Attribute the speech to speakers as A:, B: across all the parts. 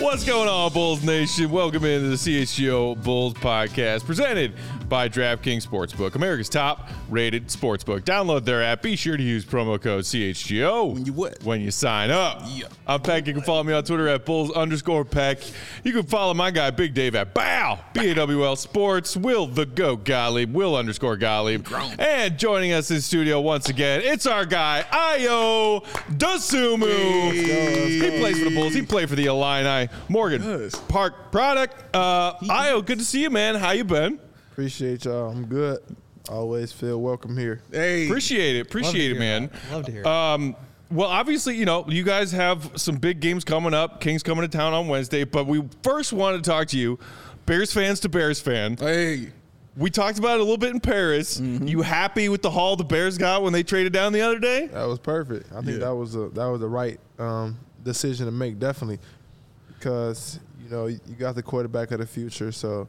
A: What's going on, Bulls Nation? Welcome into the CHGO Bulls Podcast, presented by DraftKings Sportsbook, America's top-rated sportsbook. Download their app. Be sure to use promo code CHGO
B: When you what?
A: When you sign up.
B: Yeah.
A: I'm Peck. You can follow me on Twitter at Bulls underscore Peck. You can follow my guy Big Dave at Bow B A W L Sports. Will the Go Gottlieb? Will underscore Gottlieb. And joining us in studio once again, it's our guy Io Dasumu. He plays for the Bulls. He played for the Illini. Morgan
C: Yes.
A: Park product. Uh, Io, good to see you, man. How you been?
C: Appreciate y'all. I'm good. Always feel welcome here.
B: Hey, uh,
A: Appreciate it. Appreciate it, man.
D: Love to hear.
A: Um, well, obviously, you know, you guys have some big games coming up. Kings coming to town on Wednesday, but we first wanted to talk to you, Bears fans to Bears fan.
B: hey,
A: We talked about it a little bit in Paris. You happy with the haul the Bears got when they traded down the other day?
C: That was perfect. I think
B: Yeah.
C: that was a, that was the right um, decision to make, definitely, because you know you got the quarterback of the future, so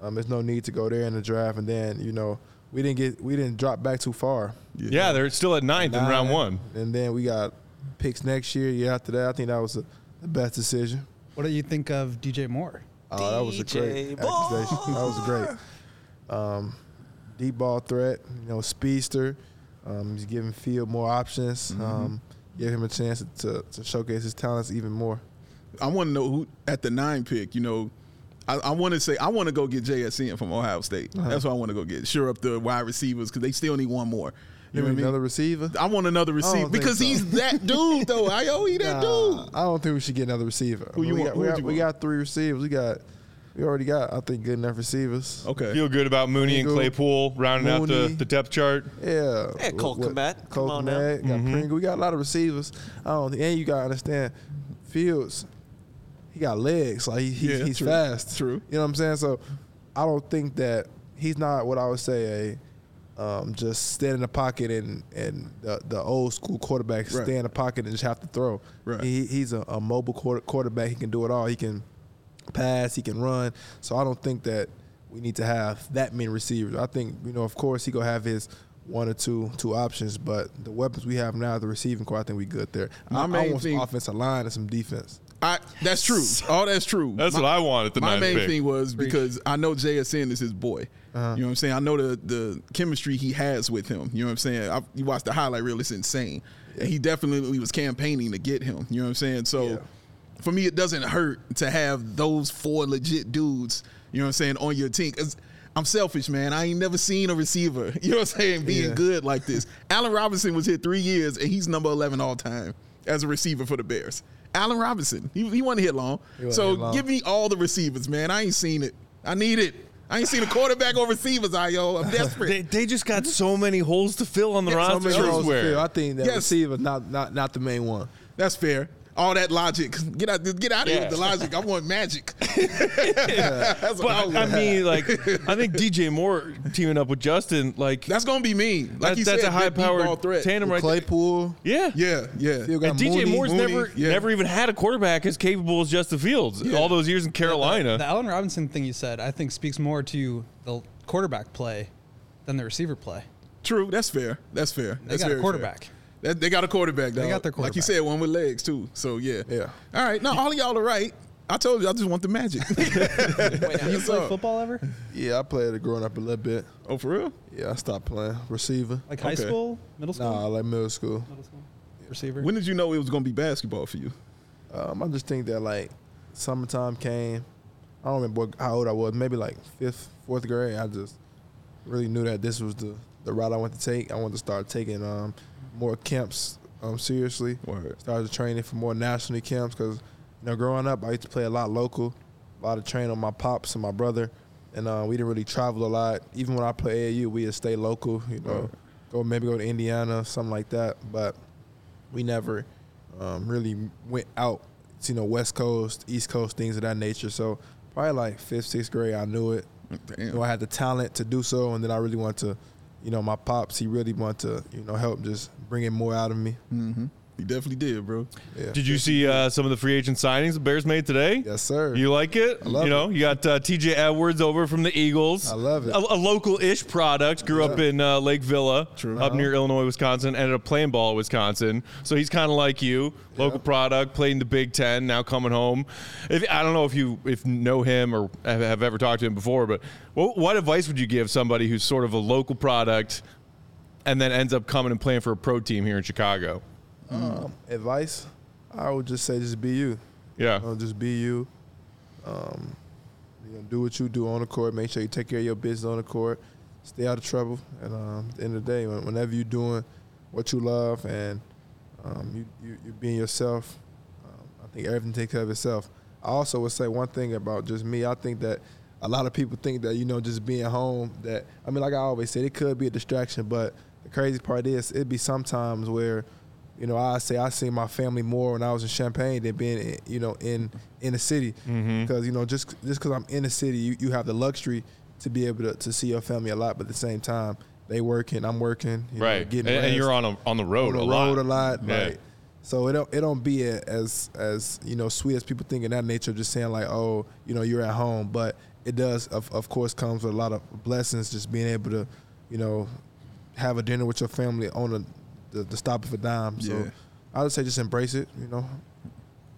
C: um, there's no need to go there in the draft. And then you know we didn't get we didn't drop back too far.
A: Yeah, they're still at ninth in round one.
C: And then we got picks next year. Yeah, after that, I think that was the the best decision.
D: What do you think of DJ Moore?
C: Oh, that was a great accusation. That was great. Um, deep ball threat, you know, speedster. Um, he's giving Field more options.
B: Mm-hmm.
C: Um, give him a chance to, to showcase his talents even more.
B: I want to know who at the nine pick. You know, I, I want to say I want to go get JSN from Ohio State. That's what I want to go get. Sure up the wide receivers because they still need one more. You
C: You
B: know what I mean?
C: another receiver?
B: I want another
C: don't
B: receiver
C: think
B: because
C: so.
B: he's that dude though. I owe he that
C: Nah,
B: dude.
C: I don't think we should get another receiver.
B: Who
C: I mean,
B: you
C: we
B: want?
C: Got,
B: Who
C: we,
B: would
C: got,
B: you
C: we
B: want?
C: got three receivers. We got, we already got, I think, good enough receivers.
B: Okay.
A: Feel good about Mooney and
C: Pringle,
A: Claypool rounding out the,
C: Mooney.
A: the depth chart.
C: Yeah.
E: Yeah, Colt
C: What-
E: Komet.
C: Colt
E: Come on
C: Komet, Got
B: Mm-hmm.
C: Pringle. We got a lot of receivers. I don't think, and you got to understand, Fields, he got legs. Like, he, he-
B: Yeah,
C: he's
B: true.
C: fast.
B: True.
C: You know what I'm saying? So, I don't think that he's not what I would say a um, just stand in the pocket and, and the, the old school quarterback
B: Right.
C: stay in the pocket and just have to throw.
B: Right.
C: He, he's a, a mobile quarter, quarterback. He can do it all. He can pass, he can run. So I don't think that we need to have that many receivers. I think, you know, of course he gonna have his one or two two options, but the weapons we have now, the receiving core, I think we good there.
B: My
C: I, I
B: main
C: want some
B: thing-
C: offensive line and some defense.
B: I, that's true. All that's true.
A: That's what I want at the
B: My
A: ninth
B: main
A: pick.
B: thing was because I know JSN is his boy.
C: Uh-huh.
B: You know what I'm saying? I know the the chemistry he has with him. You know what I'm saying? I, you watch the highlight reel; it's insane. And he definitely was campaigning to get him. You know what I'm saying? So for me, it doesn't hurt to have those four legit dudes. You know what I'm saying on your team. 'Cause I'm selfish, man. I ain't never seen a receiver. You know what I'm saying? Being
C: Yeah.
B: good like this. Allen Robinson was here three years, and he's number 11 all time as a receiver for the Bears. Allen Robinson, he, he wasn't hit long.
C: wasn't
B: So
C: here long.
B: give me all the receivers, man. I ain't seen it. I need it. I ain't seen a quarterback or receivers, I yo. I'm
A: They,
B: desperate.
A: they just got so many holes to fill on the
B: Mm-hmm. Yeah, so
A: roster
B: many holes to
C: Those
A: elsewhere.
C: field, I think that
B: Yes.
C: receiver not not not the main one.
B: That's fair. All that logic. Get out get out of here
A: Yeah.
B: with the logic. I want magic. That's, what I
A: But I, I
B: want.
A: mean, like, I think DJ Moore teaming up with Justin, like,
B: that's gonna be me. Like
A: that's,
B: you
A: that's
B: said,
A: a high
B: that deep ball
A: powered
B: threat.
A: tandem right there.
C: Claypool,
A: Yeah.
B: Yeah, yeah.
C: Field got
A: And DJ
C: Mooney.
A: Moore's
B: Mooney,
A: never
B: yeah.
A: never even had a quarterback as capable as Justin Fields all those years in Carolina.
D: The Allen Robinson thing you said, I think, speaks more to the quarterback play than the receiver play.
B: True. That's fair. That's fair. That's
D: got
B: very
D: a
B: fair.
D: quarterback.
B: That, they got a quarterback. Dog.
D: got their
B: Like you
D: quarterback.
B: said, one with legs too. So yeah.
C: Yeah.
B: All right. No, all of y'all are right. I told you I just want the magic.
D: Wait, have you
B: So-
D: played football ever?
C: Yeah, I played it growing up a little bit.
B: oh, for real?
C: Yeah, I stopped playing receiver.
D: Like high
B: Okay.
D: school, middle school,
C: Nah, like middle school.
D: middle school, receiver.
B: When did you know it was going to be basketball for you?
C: Um, I just think that like summertime came. I don't remember what, how old I was. Maybe like fifth, fourth grade. I just really knew that this was the the route I wanted to take. I wanted to start taking um, more camps um, seriously.
B: Word.
C: Started training for more national camps because you know growing up I used to play a lot local, a lot of training on my pops and my brother, and uh, we didn't really travel a lot. Even when I played AAU, we would stay local. You know, go maybe go to Indiana, something like that. But we never um, really went out to you know West Coast, East Coast, things of that nature. So probably like fifth, sixth grade, I knew it.
B: Damn.
C: You know, I had the talent to do so, and then I really wanted to, you know, my pops, he really wanted to, you know, help just bringing more out of me.
B: You definitely did, bro. Eh,
C: Yeah.
A: Did you see uh, some of the free agent signings the Bears made today?
C: Yes, sir.
A: You like it?
C: I love
A: you know, you got uh, T.J. Edwards over from the Eagles.
C: I love it.
A: A, a local-ish product. Grew up in uh, Lake Villa,
B: True.
A: up
C: Uh-huh.
A: near Illinois, Wisconsin. Ended up playing ball at Wisconsin. So he's kind of like you, local product. Played in the Big Ten. Now coming home. If, I don't know if you if know him or have, have ever talked to him before, but what, what advice would you give somebody who's sort of a local product, and then ends up coming and playing for a pro team here in Chicago?
C: Um, advice? I would just say, just be you.
A: Yeah.
C: You know, just be you. Um, you know, do what you do on the court. Make sure you take care of your business on the court. Stay out of trouble. And um, at the end of the day, when- whenever you're doing what you love and um, you, you, you're being yourself, um, I think everything takes care of itself. I also would say one thing about just me. I think that a lot of people think that you know just being home. That I mean, like I always said, it could be a distraction. But the crazy part is, it'd be sometimes where you know, I say I seen my family more when I was in Champaign than being, in, you know, in in the city. Because
A: Mm-hmm.
C: you know, just just because I'm in the city, you, you have the luxury to be able to, to see your family a lot. But at the same time, they working, I'm working, you know,
A: Right, and,
C: getting
A: and
C: rest,
A: you're on a, on the road
C: on the
A: a lot.
C: road a lot,
A: Yeah.
C: right? So it don't it don't be a- as as you know sweet as people think in that nature. Just saying like, oh, you know, you're at home, but it does of of course comes with a lot of blessings. Just being able to, you know, have a dinner with your family on a, the the stop of a dime.
B: Yeah.
C: So I would say just embrace it. You know,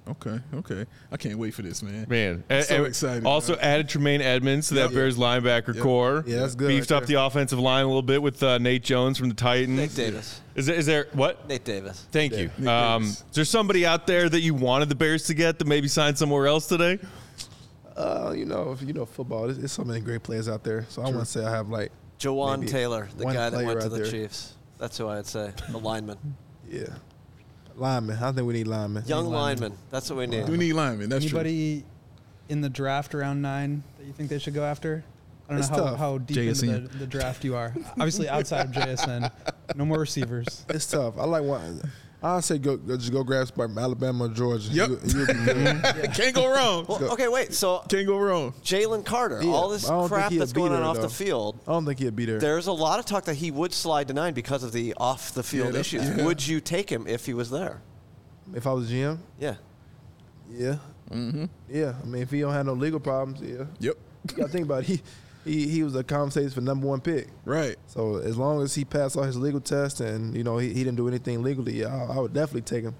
B: Okay, okay. I can't wait for this, man.
A: Man,
B: I'm
A: and-
B: so
A: and
B: excited.
A: Also
B: man.
A: added Tremaine Edmonds to that
B: Yeah.
A: Bears linebacker core.
C: Yeah, that's good
A: Beefed
C: right
A: up the offensive line a little bit with uh, Nate Jones from the Titans.
E: Nick Davis.
A: Is there, is there what?
E: Nate Davis.
A: Thank you.
B: Nick
A: Um,
B: Davis.
A: is there somebody out there that you wanted the Bears to get that maybe signed somewhere else today?
C: uh, you know, if you know football, there's, there's so many great players out there. So I want to say I have like,
E: Jawan
C: Maybe
E: Taylor, the
C: one
E: guy that
C: player
E: went to
C: out
E: the
C: there.
E: Chiefs. That's who I'd say. The lineman.
C: yeah, linemen. I think we need linemen.
E: Young
C: Need
E: lineman. That's what we need.
B: we need linemen. That's true.
D: Anybody in the draft around nine that you think they should go after? I don't
C: It's
D: know how,
C: tough.
D: how deep
B: JSN.
D: into the, the draft you are. Obviously, outside of JSN, no more receivers.
C: It's tough. I like one. I say go, go just go grab somebody from Alabama or Georgia.
B: Yep.
C: You, you'll be good.
B: Can't go wrong.
E: Well, okay, wait. So
B: Can't go wrong.
E: Jalen Carter,
C: Yeah,
E: all this
C: I don't think
E: crap
C: he'll
E: that's
C: be
E: going on
C: there,
E: off
C: though.
E: the field.
C: I don't think he'd be there.
E: There's a lot of talk that he would slide to nine because of the off the field
B: that's-
E: issues.
B: yeah.
E: Would you take him if he was there?
C: If I was GM,
E: Yeah.
C: yeah, mm-hmm. yeah. I mean, if he don't have no legal problems, yeah.
B: Yep.
C: You gotta think about it. He, he, he was a conversation for number one pick.
B: Right.
C: So as long as he passed all his legal tests and you know he, he didn't do anything legally, yeah, I, I would definitely take him.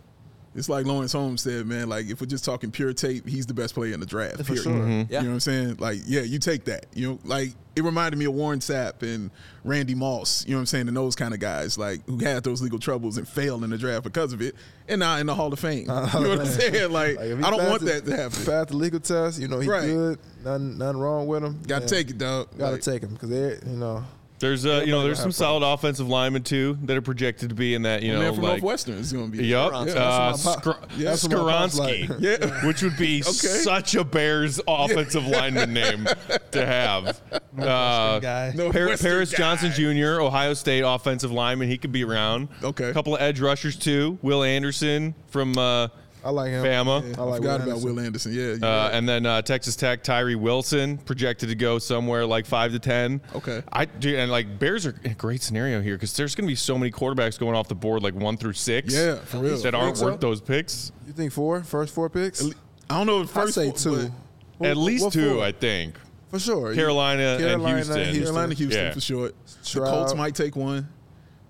B: It's like Lawrence Holmes said, man. Like if we're just talking pure tape, he's the best player in the draft.
C: For
B: period.
C: sure. Mhm.
E: Yeah.
B: You know what I'm saying? Like, yeah, you take that. You know, like it reminded me of Warren Sapp and Randy Moss. You know what I'm saying? And those kind of guys, like who had those legal troubles and failed in the draft because of it, and now in the Hall of Fame. you know what I'm saying? Like,
C: Uh, Like, if he
B: I don't
C: passed
B: want
C: the-
B: that to happen.
C: Passed the legal test, you know he
B: Right.
C: good. Nothing nothing wrong with him.
B: Got to
C: Yeah,
B: take it, dog.
C: Gotta
B: Like,
C: take him because you know
A: There's uh, you know there's some
C: have
A: solid offensive linemen too that are projected to be in that you
B: man
A: know
B: from
A: like
B: Northwestern is gonna be.
A: Yup. Uh,
C: what
E: That's
C: my pop-
A: Skr-
C: yeah, that's what my pop's
A: Skronsky,
C: like.
B: Yeah.
A: which would be such a Bears offensive lineman name to have. Uh,
D: guy.
B: No,
A: Par-
B: Western
A: Paris
B: guy.
A: Johnson Jr., Ohio State offensive lineman, he could be around.
B: Okay.
A: a couple of edge rushers too. Will Anderson from uh,
C: I like him.
A: Bama.
C: I like
B: Forgot
C: Will
B: about Will Anderson. Yeah. you're
A: Uh,
B: right.
A: and then uh, Texas Tech, Tyree Wilson projected to go somewhere like five to ten.
B: Okay.
A: I do, and like Bears are in a great scenario here because there's going to be so many quarterbacks going off the board, like one through six.
B: Yeah, for real.
A: That aren't
B: Think so?
A: worth those picks.
C: You think four first four picks?
A: Uh,
B: I don't know. If
C: I
B: first
C: say
B: one,
C: two.
B: but-
C: Who-
A: At least
C: what
A: two,
C: four?
A: I think.
C: for sure.
A: Carolina, and Houston.
B: Carolina, Houston
A: Yeah.
B: for short. The
C: Trout.
B: Colts might take one.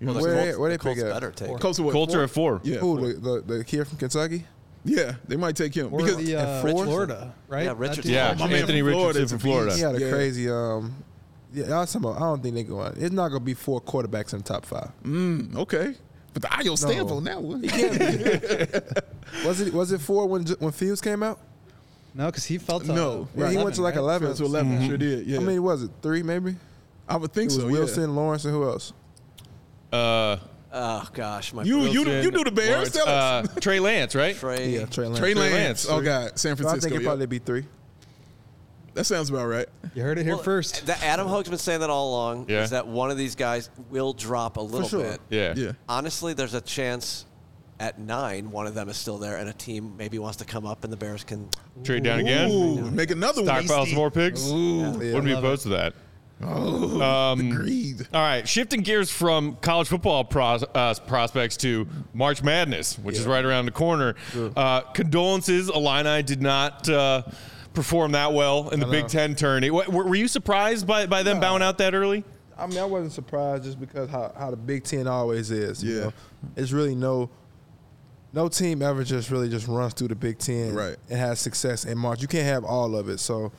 B: You know,
C: Where,
B: the
C: where they
E: Colts
C: pick at?
E: better take. him.
B: Colts, Colts are what?
A: Colts are at four.
B: Yeah.
C: Who the, the the kid from Kentucky?
B: Yeah, they might take him
D: Or
B: because
D: the, uh,
E: Richardson.
D: Florida, right?
E: Yeah,
D: That
E: Richardson.
D: dude-
A: Yeah,
B: my man
A: Anthony
B: from Florida
A: Richardson
B: is
A: from
B: a
A: Florida.
C: He had a
B: Yeah.
C: crazy. Um, yeah, I was talking about- I don't think they go out. It's not gonna be four quarterbacks in the top five.
B: okay, but the IO stamp on that one.
C: Was it was it four when when Fields came out?
D: No, because he fell to
B: No,
C: Yeah, he went to like
D: right?
C: eleven.
B: to 11
A: Mm-hmm.
B: sure did. Yeah,
C: How many was it? Three maybe.
B: I would
C: It
B: think
C: was
B: so. yeah.
C: Wilson, Lawrence, and who else?
A: Uh,
E: Oh gosh, my
B: You- you-
A: Wilson,
B: do the Bears,
A: Lawrence.
B: tell us.
A: Uh, Trey Lance, right?
E: Trey.
C: Yeah, Trey Lance.
B: Trey
A: Trey
B: Lance.
A: Lance.
B: Oh God, San
C: So I
B: Francisco.
C: think it
B: yeah.
C: probably be three.
B: That sounds about right.
D: You heard it here
E: Well,
D: first.
E: That Adam Hoge's been saying that all along.
A: Yeah.
E: Is that one of these guys will drop a little
C: sure.
E: bit?
A: Yeah.
B: Yeah.
E: Honestly, there's a chance at nine, one of them is still there, and a team maybe wants to come up, and the Bears can.
A: Trade down again.
B: Ooh, make another
A: Stockpile
B: one.
A: some more picks. Wouldn't be opposed to that. Um,
B: Oh, the greed.
A: All right, shifting gears from college football pros, uh, prospects to March Madness, which is right around the corner. Uh, condolences, Illini did not uh, perform that well in the Big Ten tourney. What, were were you surprised by, by them bowing out that early?
C: I mean, I wasn't surprised just because how, how the Big Ten always is. You
B: Yeah.
C: know? it's really no no team ever just really just runs through the Big Ten
B: Right.
C: and has success in March. You can't have all of it. So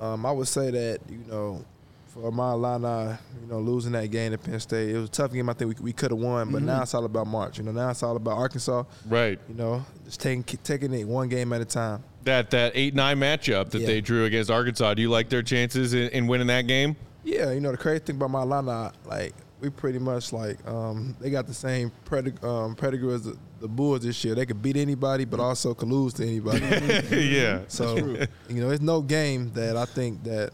C: um, I would say that you know for my Illini, you know, losing that game to Penn State, it was a tough game. I think we, we could have won, but
B: Mm-hmm.
C: now it's all about March. You know, now it's all about Arkansas.
A: Right.
C: You know, just taking taking it one game at a time.
A: That that eight nine matchup that
C: Yeah.
A: they drew against Arkansas. Do you like their chances in, in winning that game?
C: Yeah, you know the crazy thing about my Atlanta, like we pretty much like um, they got the same pedig- um, pedigree as the, the Bulls this year. They could beat anybody, but also could lose to anybody.
A: yeah.
C: so you know, it's no game that I think that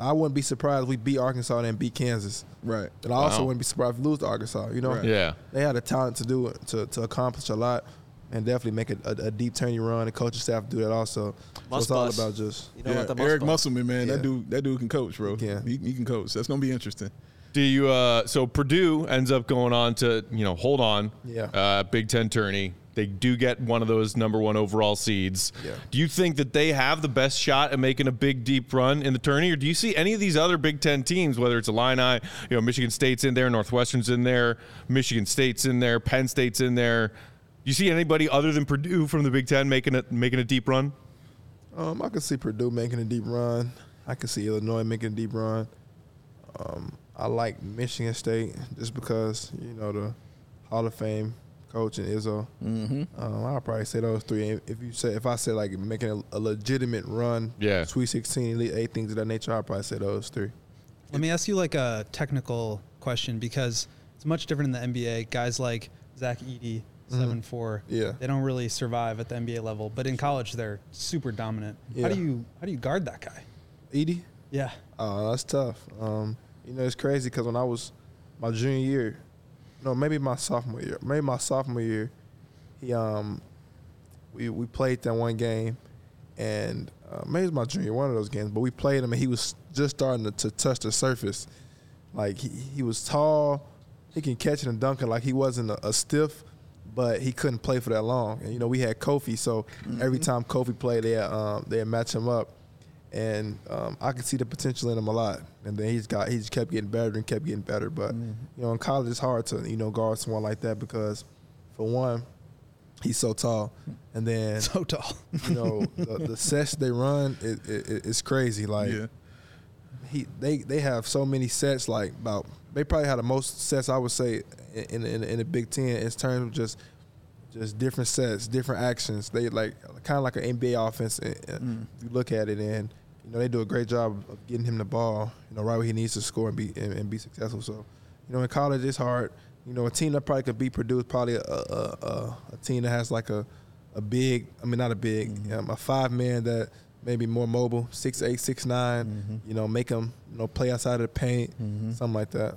C: I wouldn't be surprised if we beat Arkansas and beat Kansas.
B: Right.
C: And I also
A: Wow.
C: wouldn't be surprised if we lose to Arkansas. You know,
B: Right.
A: Yeah.
C: they had the talent to do it, to, to accomplish a lot, and definitely make a, a, a deep turning run. The coaching staff do that also. So
E: Must
C: it's all
E: bust.
C: about just
E: You know
B: Yeah,
E: what? The must
B: Eric
E: ball.
B: Musselman, man,
C: Yeah.
B: that dude, that dude can coach, bro.
C: Yeah.
B: he, he can coach. That's gonna be interesting.
A: Do you uh, so Purdue ends up going on to you know hold on
C: Yeah.
A: uh, Big Ten tourney. They do get one of those number one overall seeds.
C: Yeah.
A: Do you think that they have the best shot at making a big deep run in the tourney, or do you see any of these other Big Ten teams, whether it's Illini, you know Michigan State's in there, Northwestern's in there, Michigan State's in there, Penn State's in there? Do you see anybody other than Purdue from the Big Ten making a making a deep run?
C: Um, I could see Purdue making a deep run. I could see Illinois making a deep run. Um, I like Michigan State just because you know the Hall of Fame coach and Izzo. Mm-hmm. Um, I'll probably say those three. And If you say if I say like making a, a legitimate run,
A: Yeah.
C: Sweet Sixteen, Elite Eight, things of that nature, I'll probably say those three.
D: Let me ask you like a technical question because it's much different in the NBA. Guys like Zach Eady, seven four,
C: Mm-hmm. Yeah.
D: they don't really survive at the NBA level, but in college they're super dominant.
C: Yeah.
D: How do you how do you guard that guy?
C: Edie,
D: Yeah,
C: uh, that's tough. Um, you know, it's crazy because when I was my junior year, no, maybe my sophomore year, maybe my sophomore year, he um, we we played that one game, and uh, maybe it was my junior one of those games, but we played him and he was just starting to, to touch the surface, like he he was tall, he can catch it and dunk it like he wasn't a, a stiff. But he couldn't play for that long, and you know we had Kofi, so every time Kofi played, they had, um, they had match him up, and um, I could see the potential in him a lot. And then he's got he's kept getting better and kept getting better. But you know, in college, it's hard to you know guard someone like that because, for one, he's so tall, and then
D: so tall.
C: you know the, the sets they run it, it, it- it's crazy. Like
B: yeah,
C: he they they have so many sets like about they probably had the most sets I would say in in, in the Big Ten in terms of just just different sets, different actions. They like kind of like an NBA offense. uh, uh, You look at it and you know they do a great job of getting him the ball, you know, right where he needs to score and be and, and be successful. So you know in college it's hard. You know a team that probably could beat Purdue is probably a a, a, a team that has like a a big, I mean not a big, um, a five man that maybe more mobile, six eight, six nine. You know, make them you know play outside of the paint, something like that.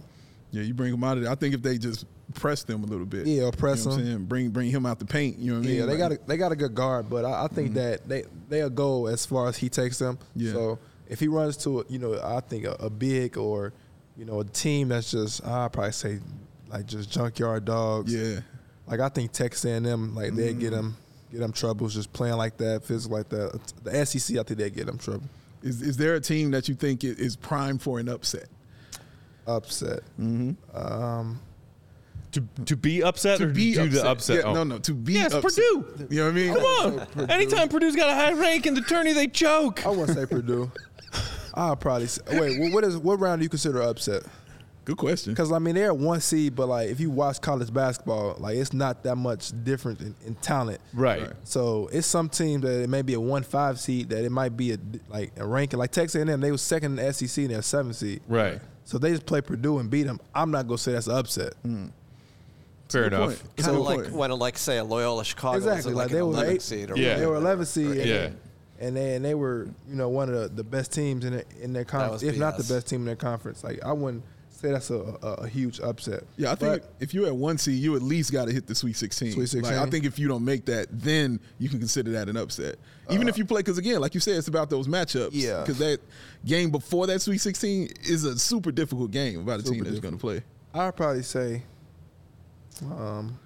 B: yeah. You bring him out of there. I think if they just press them a little bit,
C: Yeah, or press
B: you know what I'm
C: them.
B: saying? bring bring him out the paint. You know what I mean?
C: Yeah, they
B: Like,
C: got a, they got a good guard, but I, I think that they they'll go as far as he takes them.
B: Yeah.
C: So if he runs to you know I think a, a big or you know a team that's just I probably say like just junkyard dogs.
B: Yeah,
C: Like I think Texas and them like they get them get them troubles just playing like that, physical like that. The SEC I think they get them trouble.
B: is is there a team that you think i- is prime for an upset?
C: Upset.
A: To, to be upset
B: to
A: or
B: be
A: do
B: upset.
A: the upset?
B: Yeah,
A: Oh.
B: No, no, to be
A: Yes,
B: upset.
A: Purdue.
B: You know what I mean?
A: Come on. Anytime Purdue's got a high rank in the tourney, they choke.
C: I wouldn't say Purdue. I'll probably say, wait. wh- What is what round do you consider upset?
B: Good question.
C: Because I mean they're one seed, but like if you watch college basketball, like it's not that much different in, in talent.
A: Right.
C: So it's some teams that it may be a one five seed that it might be a like a ranking like Texas A&M they was second in the SEC and they're seventh seed.
A: Right.
C: So they just play Purdue and beat them. I'm not gonna say that's an upset.
A: Fair
B: Good
A: enough.
B: point.
E: Kind
B: Good
E: of like
B: point.
E: when, like, say, a Loyola Chicago was
C: Exactly.
E: like,
C: Like,
E: an
C: they were
E: 11
C: eight-
E: seed or
A: Yeah.
C: They were
E: whatever.
C: 11 seed. And,
A: Yeah.
C: And they and they were you know one of the best teams in their, in their conference,
E: was
C: if not the
E: BS.
C: best team in their conference. Like I wouldn't say that's a, a, a huge upset.
B: Yeah, I think
C: But-
B: if you're at one seed, you at least got to hit the Sweet 16.
C: Sweet
B: Like,
C: 16.
B: I think if you don't make that, then you can consider that an upset. Even if you play, because again, like you said, it's about those matchups.
C: Yeah.
B: Because that game before that Sweet 16 is a super difficult game about a team
C: Super
B: that's going to play.
C: I'd probably say, um,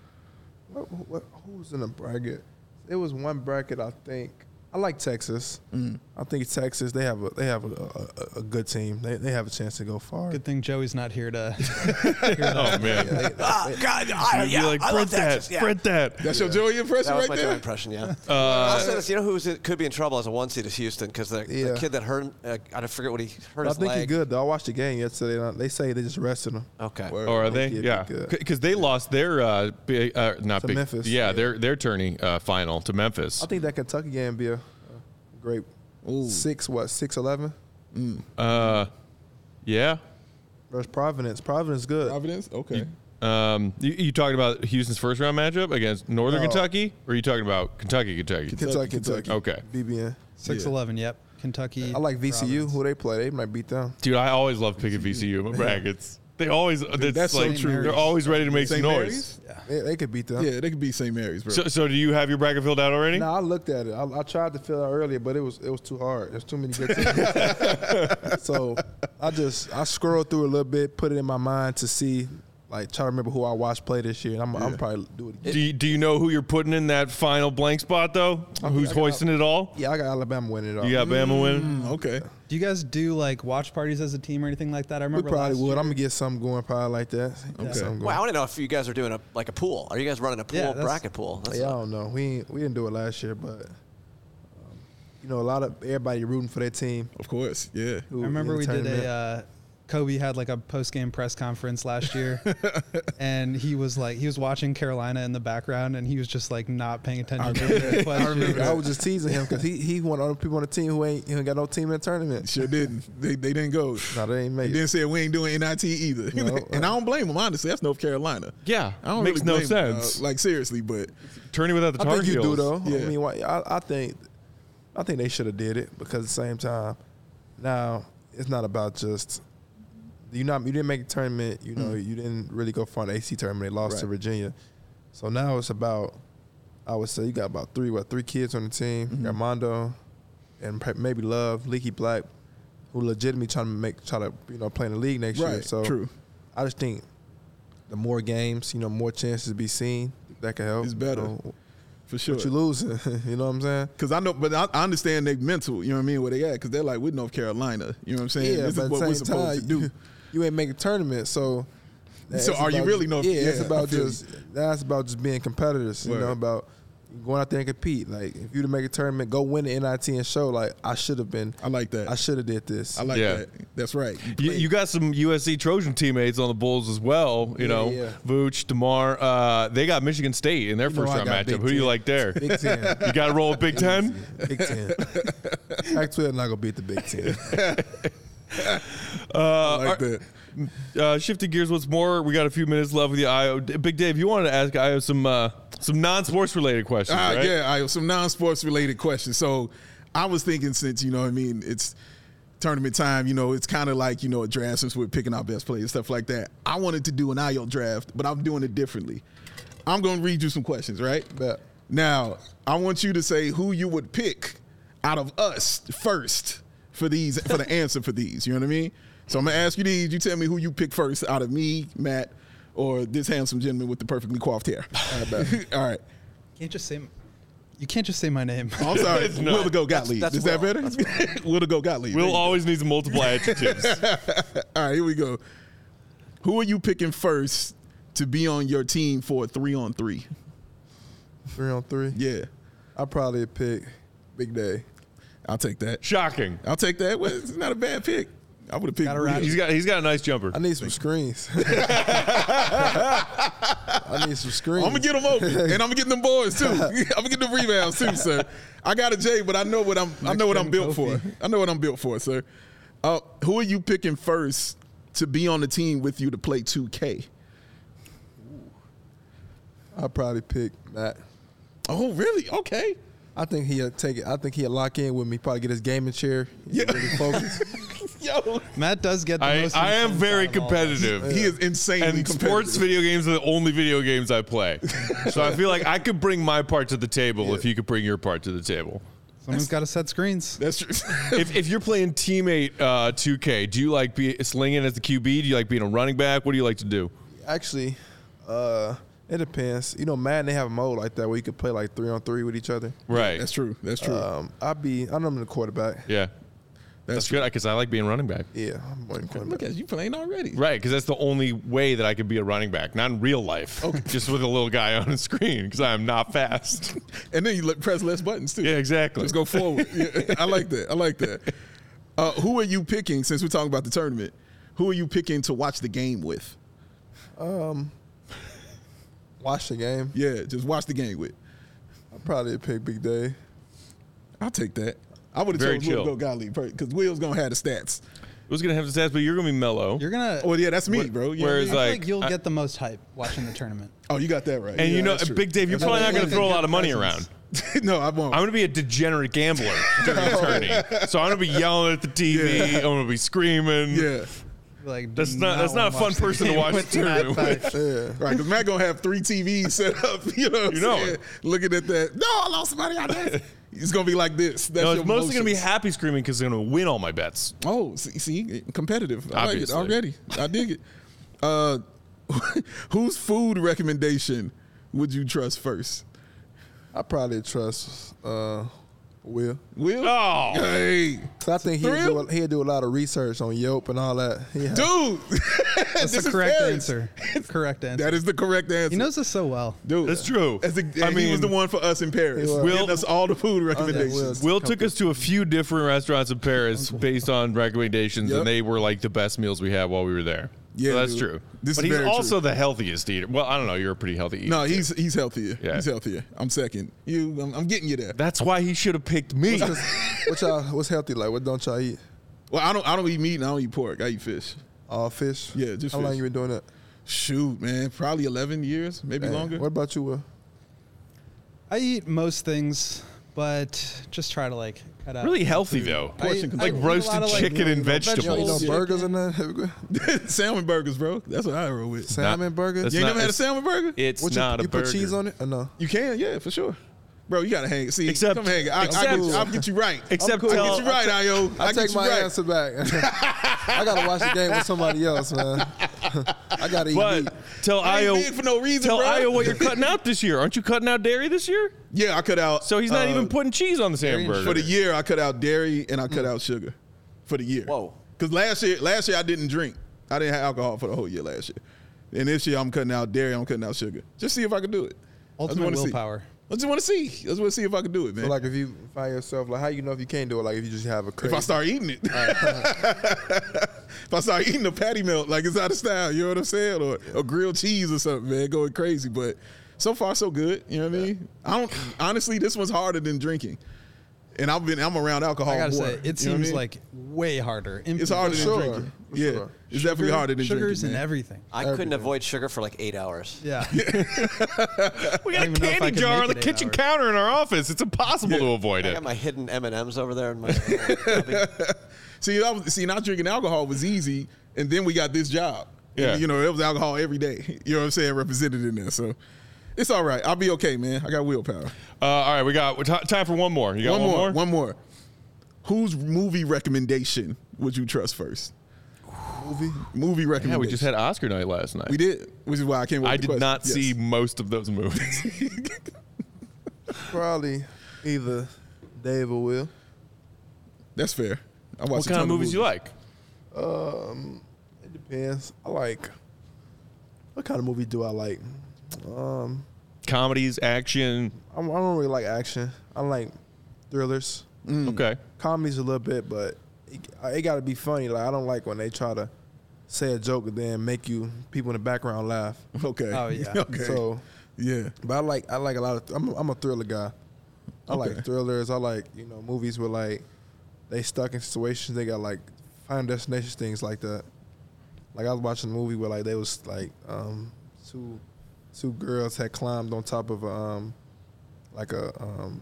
C: what, what who was in the bracket? It was one bracket I think. I like Texas.
E: Mm.
C: I think Texas. They have a they have a, a, a good team. They they have a chance to go far.
D: Good thing Joey's not here to.
A: Oh, man.
E: Ah, God. I,
A: You'd be
E: yeah,
A: like,
E: I
A: print
E: love
A: that.
E: Texas. Yeah.
A: Print that.
B: That's your Joey impression
E: That was
B: right
E: my
B: there.
E: Joey impression, yeah.
A: Uh,
E: I'll say this. You know who's could be in trouble as a one seed is Houston because the, the
C: Yeah.
E: kid that hurt, uh, I don't forget what he hurt
C: I
E: his
C: think
E: leg.
C: he's good though. I watched the game yesterday. And I- they say they just rested him.
E: Okay.
B: Word.
A: Or Oh, are they?
C: He'd be
A: Yeah,
C: good.
A: because they lost their uh, big, uh not
C: To
A: big,
C: Memphis.
A: Yeah,
C: Yeah.
A: their their tourney uh, final to Memphis.
C: I think that Kentucky game be a, a great
B: Ooh.
C: six what six eleven
A: Uh, yeah.
C: versus Providence. Providence good.
B: Providence? Okay.
A: Um, you, you talking about Houston's first round matchup against Northern
C: No.
A: Kentucky, or are you talking about Kentucky, Kentucky?
C: Kentucky,
B: Kentucky,
C: Kentucky,
A: Okay.
C: BBN.
D: Six eleven. Yep. Kentucky.
C: I like VCU.
D: Providence.
C: Who they play? They might beat them.
A: Dude, I always love picking VCU in my brackets. They always that's
B: that's so
A: like
B: true.
A: They're always ready to make some
B: St.
A: noise.
B: Mary's?
C: They, they could beat them.
B: Yeah, they could be St. Mary's, bro.
A: So, so do you have your bracket filled out already?
C: No, I looked at it. I, I tried to fill out earlier, but it was it was too hard. There's too many good teams. so I just I scrolled through a little bit, put it in my mind to see, like try to remember who I watched play this year, and I'm I'm probably do it again.
A: Do you, do you know who you're putting in that final blank spot though? Who's hoisting it all?
C: yeah, I got Alabama winning it all.
A: You got Bama winning.
B: Mm, okay.
D: Do you guys do like watch parties as a team or anything like that? I
C: we
D: remember.
C: probably
D: last
C: would.
D: year-
C: I'm gonna get something going, probably like that. Get something
E: Well,
C: going.
E: I want to know if you guys are doing a like a pool. Are you guys running a pool
D: Yeah, that's-
E: bracket pool? That's-
C: Yeah, I don't know. We ain't, we didn't do it last year, but um, you know, a lot of everybody rooting for their team.
B: Of course. Yeah.
C: who
D: I
C: in
D: remember
C: the
D: we did
C: tournament.
D: a. Uh, Kobe had like a post game press conference last year, and he was like he was watching Carolina in the background, and he was just like not paying attention to the question.
C: I was just teasing him because he he one of the people on the team who ain't who ain't got no team in the tournament.
B: Sure didn't. They, they didn't go.
C: No, they
B: They
C: ain't make it.
B: didn't say we ain't doing NIT either.
C: No.
B: and I don't blame them, honestly. That's North Carolina.
A: Yeah,
B: I don't
A: makes
B: really
A: no
B: blame 'em,
A: sense.
B: uh, like, seriously, but
A: Tourney without the
C: I
A: Tar
C: think you do
A: Heels.
C: though.
B: Yeah.
C: I mean, why, I, I think, I think they should have did it because at the same time, now it's not about just you not you didn't make the tournament. You know,
B: Mm.
C: you didn't really go far in the AC tournament. They lost to Virginia, so now it's about. I would say you got about three what three kids on the team:
B: Mm-hmm.
C: You got Mondo, and pre- maybe Love, Leaky Black, who legitimately trying to make try to you know play in the league next year.
B: Right,
C: So
B: true.
C: I just think the more games, you know, more chances to be seen. That could help.
B: It's better.
C: You know,
B: for sure.
C: but you losing. you know what I'm saying?
B: Cause I know, but I, I understand they mental. You know what I mean? Where they at? Cause they're like, we're North Carolina. You know what I'm saying? this is what we're supposed to do.
C: You, you ain't making tournament, so.
B: So
C: it's
B: are you
C: about-
B: really North-
C: Yeah, it's
B: yeah, I
C: about
B: feel you.
C: just that's about just being competitors. You
B: Word.
C: know about going out there and compete. Like if you to make a tournament, go win the NIT and show like I should have been.
B: I like that.
C: I should have did this.
B: I like
A: Yeah.
B: that. That's right.
A: You,
B: played.
A: you got some USC Trojan teammates on the Bulls as well. You
C: Yeah,
A: know,
C: yeah.
A: Vooch, Demar. Uh, they got Michigan State in their
C: You know,
A: first
C: I
A: round matchup.
C: got Big
A: Who do you
C: Ten.
A: like there?
C: Big Ten.
A: You got to roll with Big Ten.
C: Big Ten. Actually, I'm not gonna beat the Big Ten.
A: Uh,
B: I like that.
A: are- uh, shifting gears once more. We got a few minutes left with you. I, Big Dave, you wanted to ask I some uh, some non sports related questions,
B: Ah,
A: right?
B: Yeah, I have some non-sports related questions. So I was thinking since, you know what I mean, it's tournament time, you know, it's kind of like, you know, a draft since we're picking our best players, stuff like that. I wanted to do an IO draft, but I'm doing it differently. I'm going to read you some questions, right?
C: Bet.
B: Now, I want you to say who you would pick out of us first for these for the answer for these, you know what I mean? So I'm going to ask you these, you tell me who you pick first out of me, Matt, or this handsome gentleman with the perfectly coiffed hair. All right.
D: can't just say, you can't just say my name.
B: Oh, I'm sorry.
A: It's not.
B: Will the Go Gottlieb.
E: that's
B: Is that
E: Will.
B: better? Will the Go Gottlieb.
A: Will
B: There you go.
A: always needs multiple adjectives.
B: All right, here we go. Who are you picking first to be on your team for a three on three.
C: Three on three.
B: Yeah,
C: I probably pick Big Day.
B: I'll take that.
A: Shocking.
B: I'll take that. Well, it's not a bad pick. I would have picked.
D: Gotta rock
B: Rudy.
A: He's got he's got a nice jumper.
C: I need some screens. I need some screens.
B: I'm gonna get them open, and I'm gonna get them boys too. I'm gonna get them rebounds too, sir. I got a J, but I know what I'm. I know what I'm built for. I know what I'm built for, sir. Uh, who are you picking first to be on the team with you to play 2K?
C: I'll probably pick Matt.
B: Oh, really? Okay.
C: I think he'll take it. I think he'll lock in with me. Probably get his gaming chair. Yeah. Really focus.
B: Yo,
D: Matt does get the
A: I,
D: most.
A: I am
D: intense
A: very
D: out of all of us.
A: competitive.
B: he is insanely
A: and
B: competitive.
A: sports video games are the only video games I play. so I feel like I could bring my part to the table if you could bring your part to the table.
D: Someone's got to set screens.
B: That's true.
A: If, if you're playing teammate uh, 2K, do you like be slinging as the QB? Do you like being a running back? What do you like to do?
C: Actually, uh, it depends. You know, Madden they have a mode like that where you could play like three on three with each other.
A: Right.
B: That's true. That's true.
A: Uh,
C: Um, I'd be. I know I'm the quarterback.
A: yeah. That's,
B: That's
A: good because I like being running back.
C: Yeah, I'm the quarterback.
B: Look at you playing already.
A: Right, because that's the only way that I could be a running back, not in real life, just with a little guy on a screen because I'm not fast.
B: And then you let- press less buttons too.
A: Yeah, exactly.
B: Let's go forward. Yeah, I like that. I like that. Uh, who are you picking? Since we're talking about the tournament, who are you picking to watch the game with?
C: Watch the game.
B: Yeah, just watch the game with.
C: I probably pick Big Day.
B: I'll take that. I would have
A: Very
B: told Will to
A: chill.
B: go Golly because Will's gonna have the stats.
A: Who's gonna have the stats? But you're gonna be mellow.
D: You're gonna.
B: Oh yeah, that's me, bro. You know what I
A: whereas,
B: mean?
D: I feel
A: like,
D: like you'll
A: I-
D: get the most hype watching the tournament.
B: oh, you got that right.
A: and
B: Yeah,
A: you know,
B: that's true.
A: Big Dave, you're
B: That's
A: probably
B: right.
A: not gonna
D: Like a
A: throw a
D: good
A: lot of money around.
D: presence.
B: no, I won't.
A: I'm gonna be a degenerate gambler during the tourney. So I'm gonna be yelling at the TV. I'm gonna be screaming.
B: yeah,
D: Like do
A: That's not- that's
D: wanna
A: not a fun
D: watch the
A: person to
D: game
A: watch
D: with
A: the
D: Matt
A: tournament.
D: Fife.
C: Yeah.
B: right. Because Matt gonna have three TVs set up. You know, what I'm
A: You know
B: saying?
A: it.
B: looking at that. No, I lost money on that. It's gonna be like this. That's
A: No,
B: your
A: it's mostly gonna be
B: emotions.
A: happy screaming because I'm gonna win all my bets.
B: Oh, see, see competitive. I
A: Obviously.
B: like it already. I dig it. Uh, whose food recommendation would you trust first?
C: I probably trust uh, Will.
B: Will?
A: Oh,
B: Hey,
C: Cause I think he'll do,
B: Thrill?
C: a, he'll do a lot of research on Yelp and all that. Yeah.
B: dude, This
D: That's the
B: is
D: correct
B: Paris.
D: answer. Correct answer.
B: that is the correct answer.
D: he knows us so well.
B: dude,
A: That's true.
B: As the,
A: I
B: he
A: mean-
B: was the one for us in Paris.
C: He was.
B: Will
A: Will-
B: us all the food recommendations.
C: Will.
A: Will took us to a few different restaurants in Paris based on recommendations,
B: Yep.
A: and they were like the best meals we had while we were there.
B: Yeah,
A: so that's
B: dude.
A: true.
B: This
A: but
B: is
A: he's
B: very
A: also the healthiest eater. Well, I don't know. You're a pretty healthy eater.
B: No, he's he's healthier.
A: Yeah.
B: He's healthier. I'm second. You, I'm, I'm getting you there.
A: that's why he should have picked me.
C: what y'all? What's healthy like? What don't y'all eat?
B: Well, I don't I don't eat meat and I don't eat pork. I eat fish.
C: All fish.
B: Yeah, just
C: how long
B: fish.
C: you been doing that?
B: Shoot, man, probably 11 years, maybe
C: Man,
B: longer.
C: What about you, Will?
D: I eat most things, but just try to like cut out.
A: Really healthy though.
D: I-
B: portion
D: I
A: Like
D: eat a lot
A: roasted
D: of, like,
A: chicken and
C: You don't eat no
A: vegetables.
C: burgers
D: vegetables.
C: or nothing?
B: salmon burgers, bro. That's what I roll with.
C: Salmon burgers.
A: that's
B: you ain't
A: not-
B: never had a
A: it's-
B: salmon burger?
A: It's
C: What you,
A: not
C: you
A: a
C: put
A: burger.
C: cheese on it or no?
B: You can, yeah, for sure. Bro, you gotta hang. See,
A: Except-
B: come hang. I,
A: except-
B: I get you, I'll get you right.
A: Except
B: I'll
A: tell-
B: get you right, Io. I,
C: I
B: get
C: take
B: you
C: my
B: right.
C: answer back. I gotta watch the game with somebody else, man. I gotta eat meat.
A: But tell
B: I ain't
A: Io
B: big for no reason,
A: Tell
B: bro.
A: Io what you're cutting out this year. Aren't you cutting out dairy this year?
B: Yeah, I cut out.
A: So he's not
B: uh,
A: even putting cheese on the hamburger.
B: for the year. I cut out dairy and I
C: Mm.
B: cut out sugar for the year.
E: Whoa.
B: Because last year, last year I didn't drink. I didn't have alcohol for the whole year last year. And this year I'm cutting out dairy. I'm cutting out sugar. Just see if I can do it. I just
D: Ultimate
B: wanna see.
D: willpower.
B: I just want to see. I just want to see if I can do it, man.
C: But like if you find yourself like how you know if you can't do it, like if you just have a
B: if
C: crazy
B: I start eating it. if I start eating a patty melt, like it's out of style, you know what I'm saying? Or or grilled cheese or something, man, going crazy. But so far so good. You know what I mean? I don't honestly this one's harder than drinking. And I've been I'm around alcohol.
D: I gotta
B: more,
D: say, it
B: you know what I
D: seems
B: mean?
D: like way harder.
B: it's harder than
C: Sure,
B: drinking.
C: for
B: yeah.
C: sure.
B: It's definitely harder than
D: sugars
B: drinking.
D: and
B: man.
D: everything.
E: I couldn't avoid sugar for like eight hours.
D: Yeah.
A: we got a
D: even know if I
A: candy
D: can
A: jar
D: make
A: on the
D: it eight
A: kitchen
D: hours.
A: counter in our office. It's impossible to avoid
E: I
A: it.
E: got my hidden M and M's over there in my. cubby.
B: See, I was, see, not drinking alcohol was easy, and then we got this job. And,
A: Yeah.
B: you know, it was alcohol every day. You know what I'm saying? Represented in there, so it's all right. I'll be okay, man. I got willpower.
A: Uh, all right, we got t- time for one more. You got
B: One,
A: one,
B: more, one more. Whose movie recommendation would you trust first?
C: movie.
B: Movie recommendation.
A: Yeah, we just had Oscar night last night.
B: We did, which is why I came. Up
A: I
B: with the
A: did not
B: question.
A: see
B: Yes.
A: most of those movies.
C: Probably either Dave or Will.
B: That's fair. I watched
A: what
B: a
A: kind
B: ton
A: of movies you like?
C: It depends. I like What kind of movies do I like? Um,
A: Comedies, action.
C: I I don't really like action. I like thrillers.
B: Mm.
A: Okay.
C: Comedies a little bit, but it, it got to be funny. Like I don't like when they try to say a joke and then make you people in the background laugh.
B: Okay.
D: Oh, yeah.
B: okay.
C: So,
B: yeah.
C: but I like I like a lot of. I'm I'm a thriller guy. I
B: Okay.
C: like thrillers. I like you know movies where like they stuck in situations. They got like final destinations things like that. Like I was watching a movie where like they was like um, two two girls had climbed on top of a, um, like a um,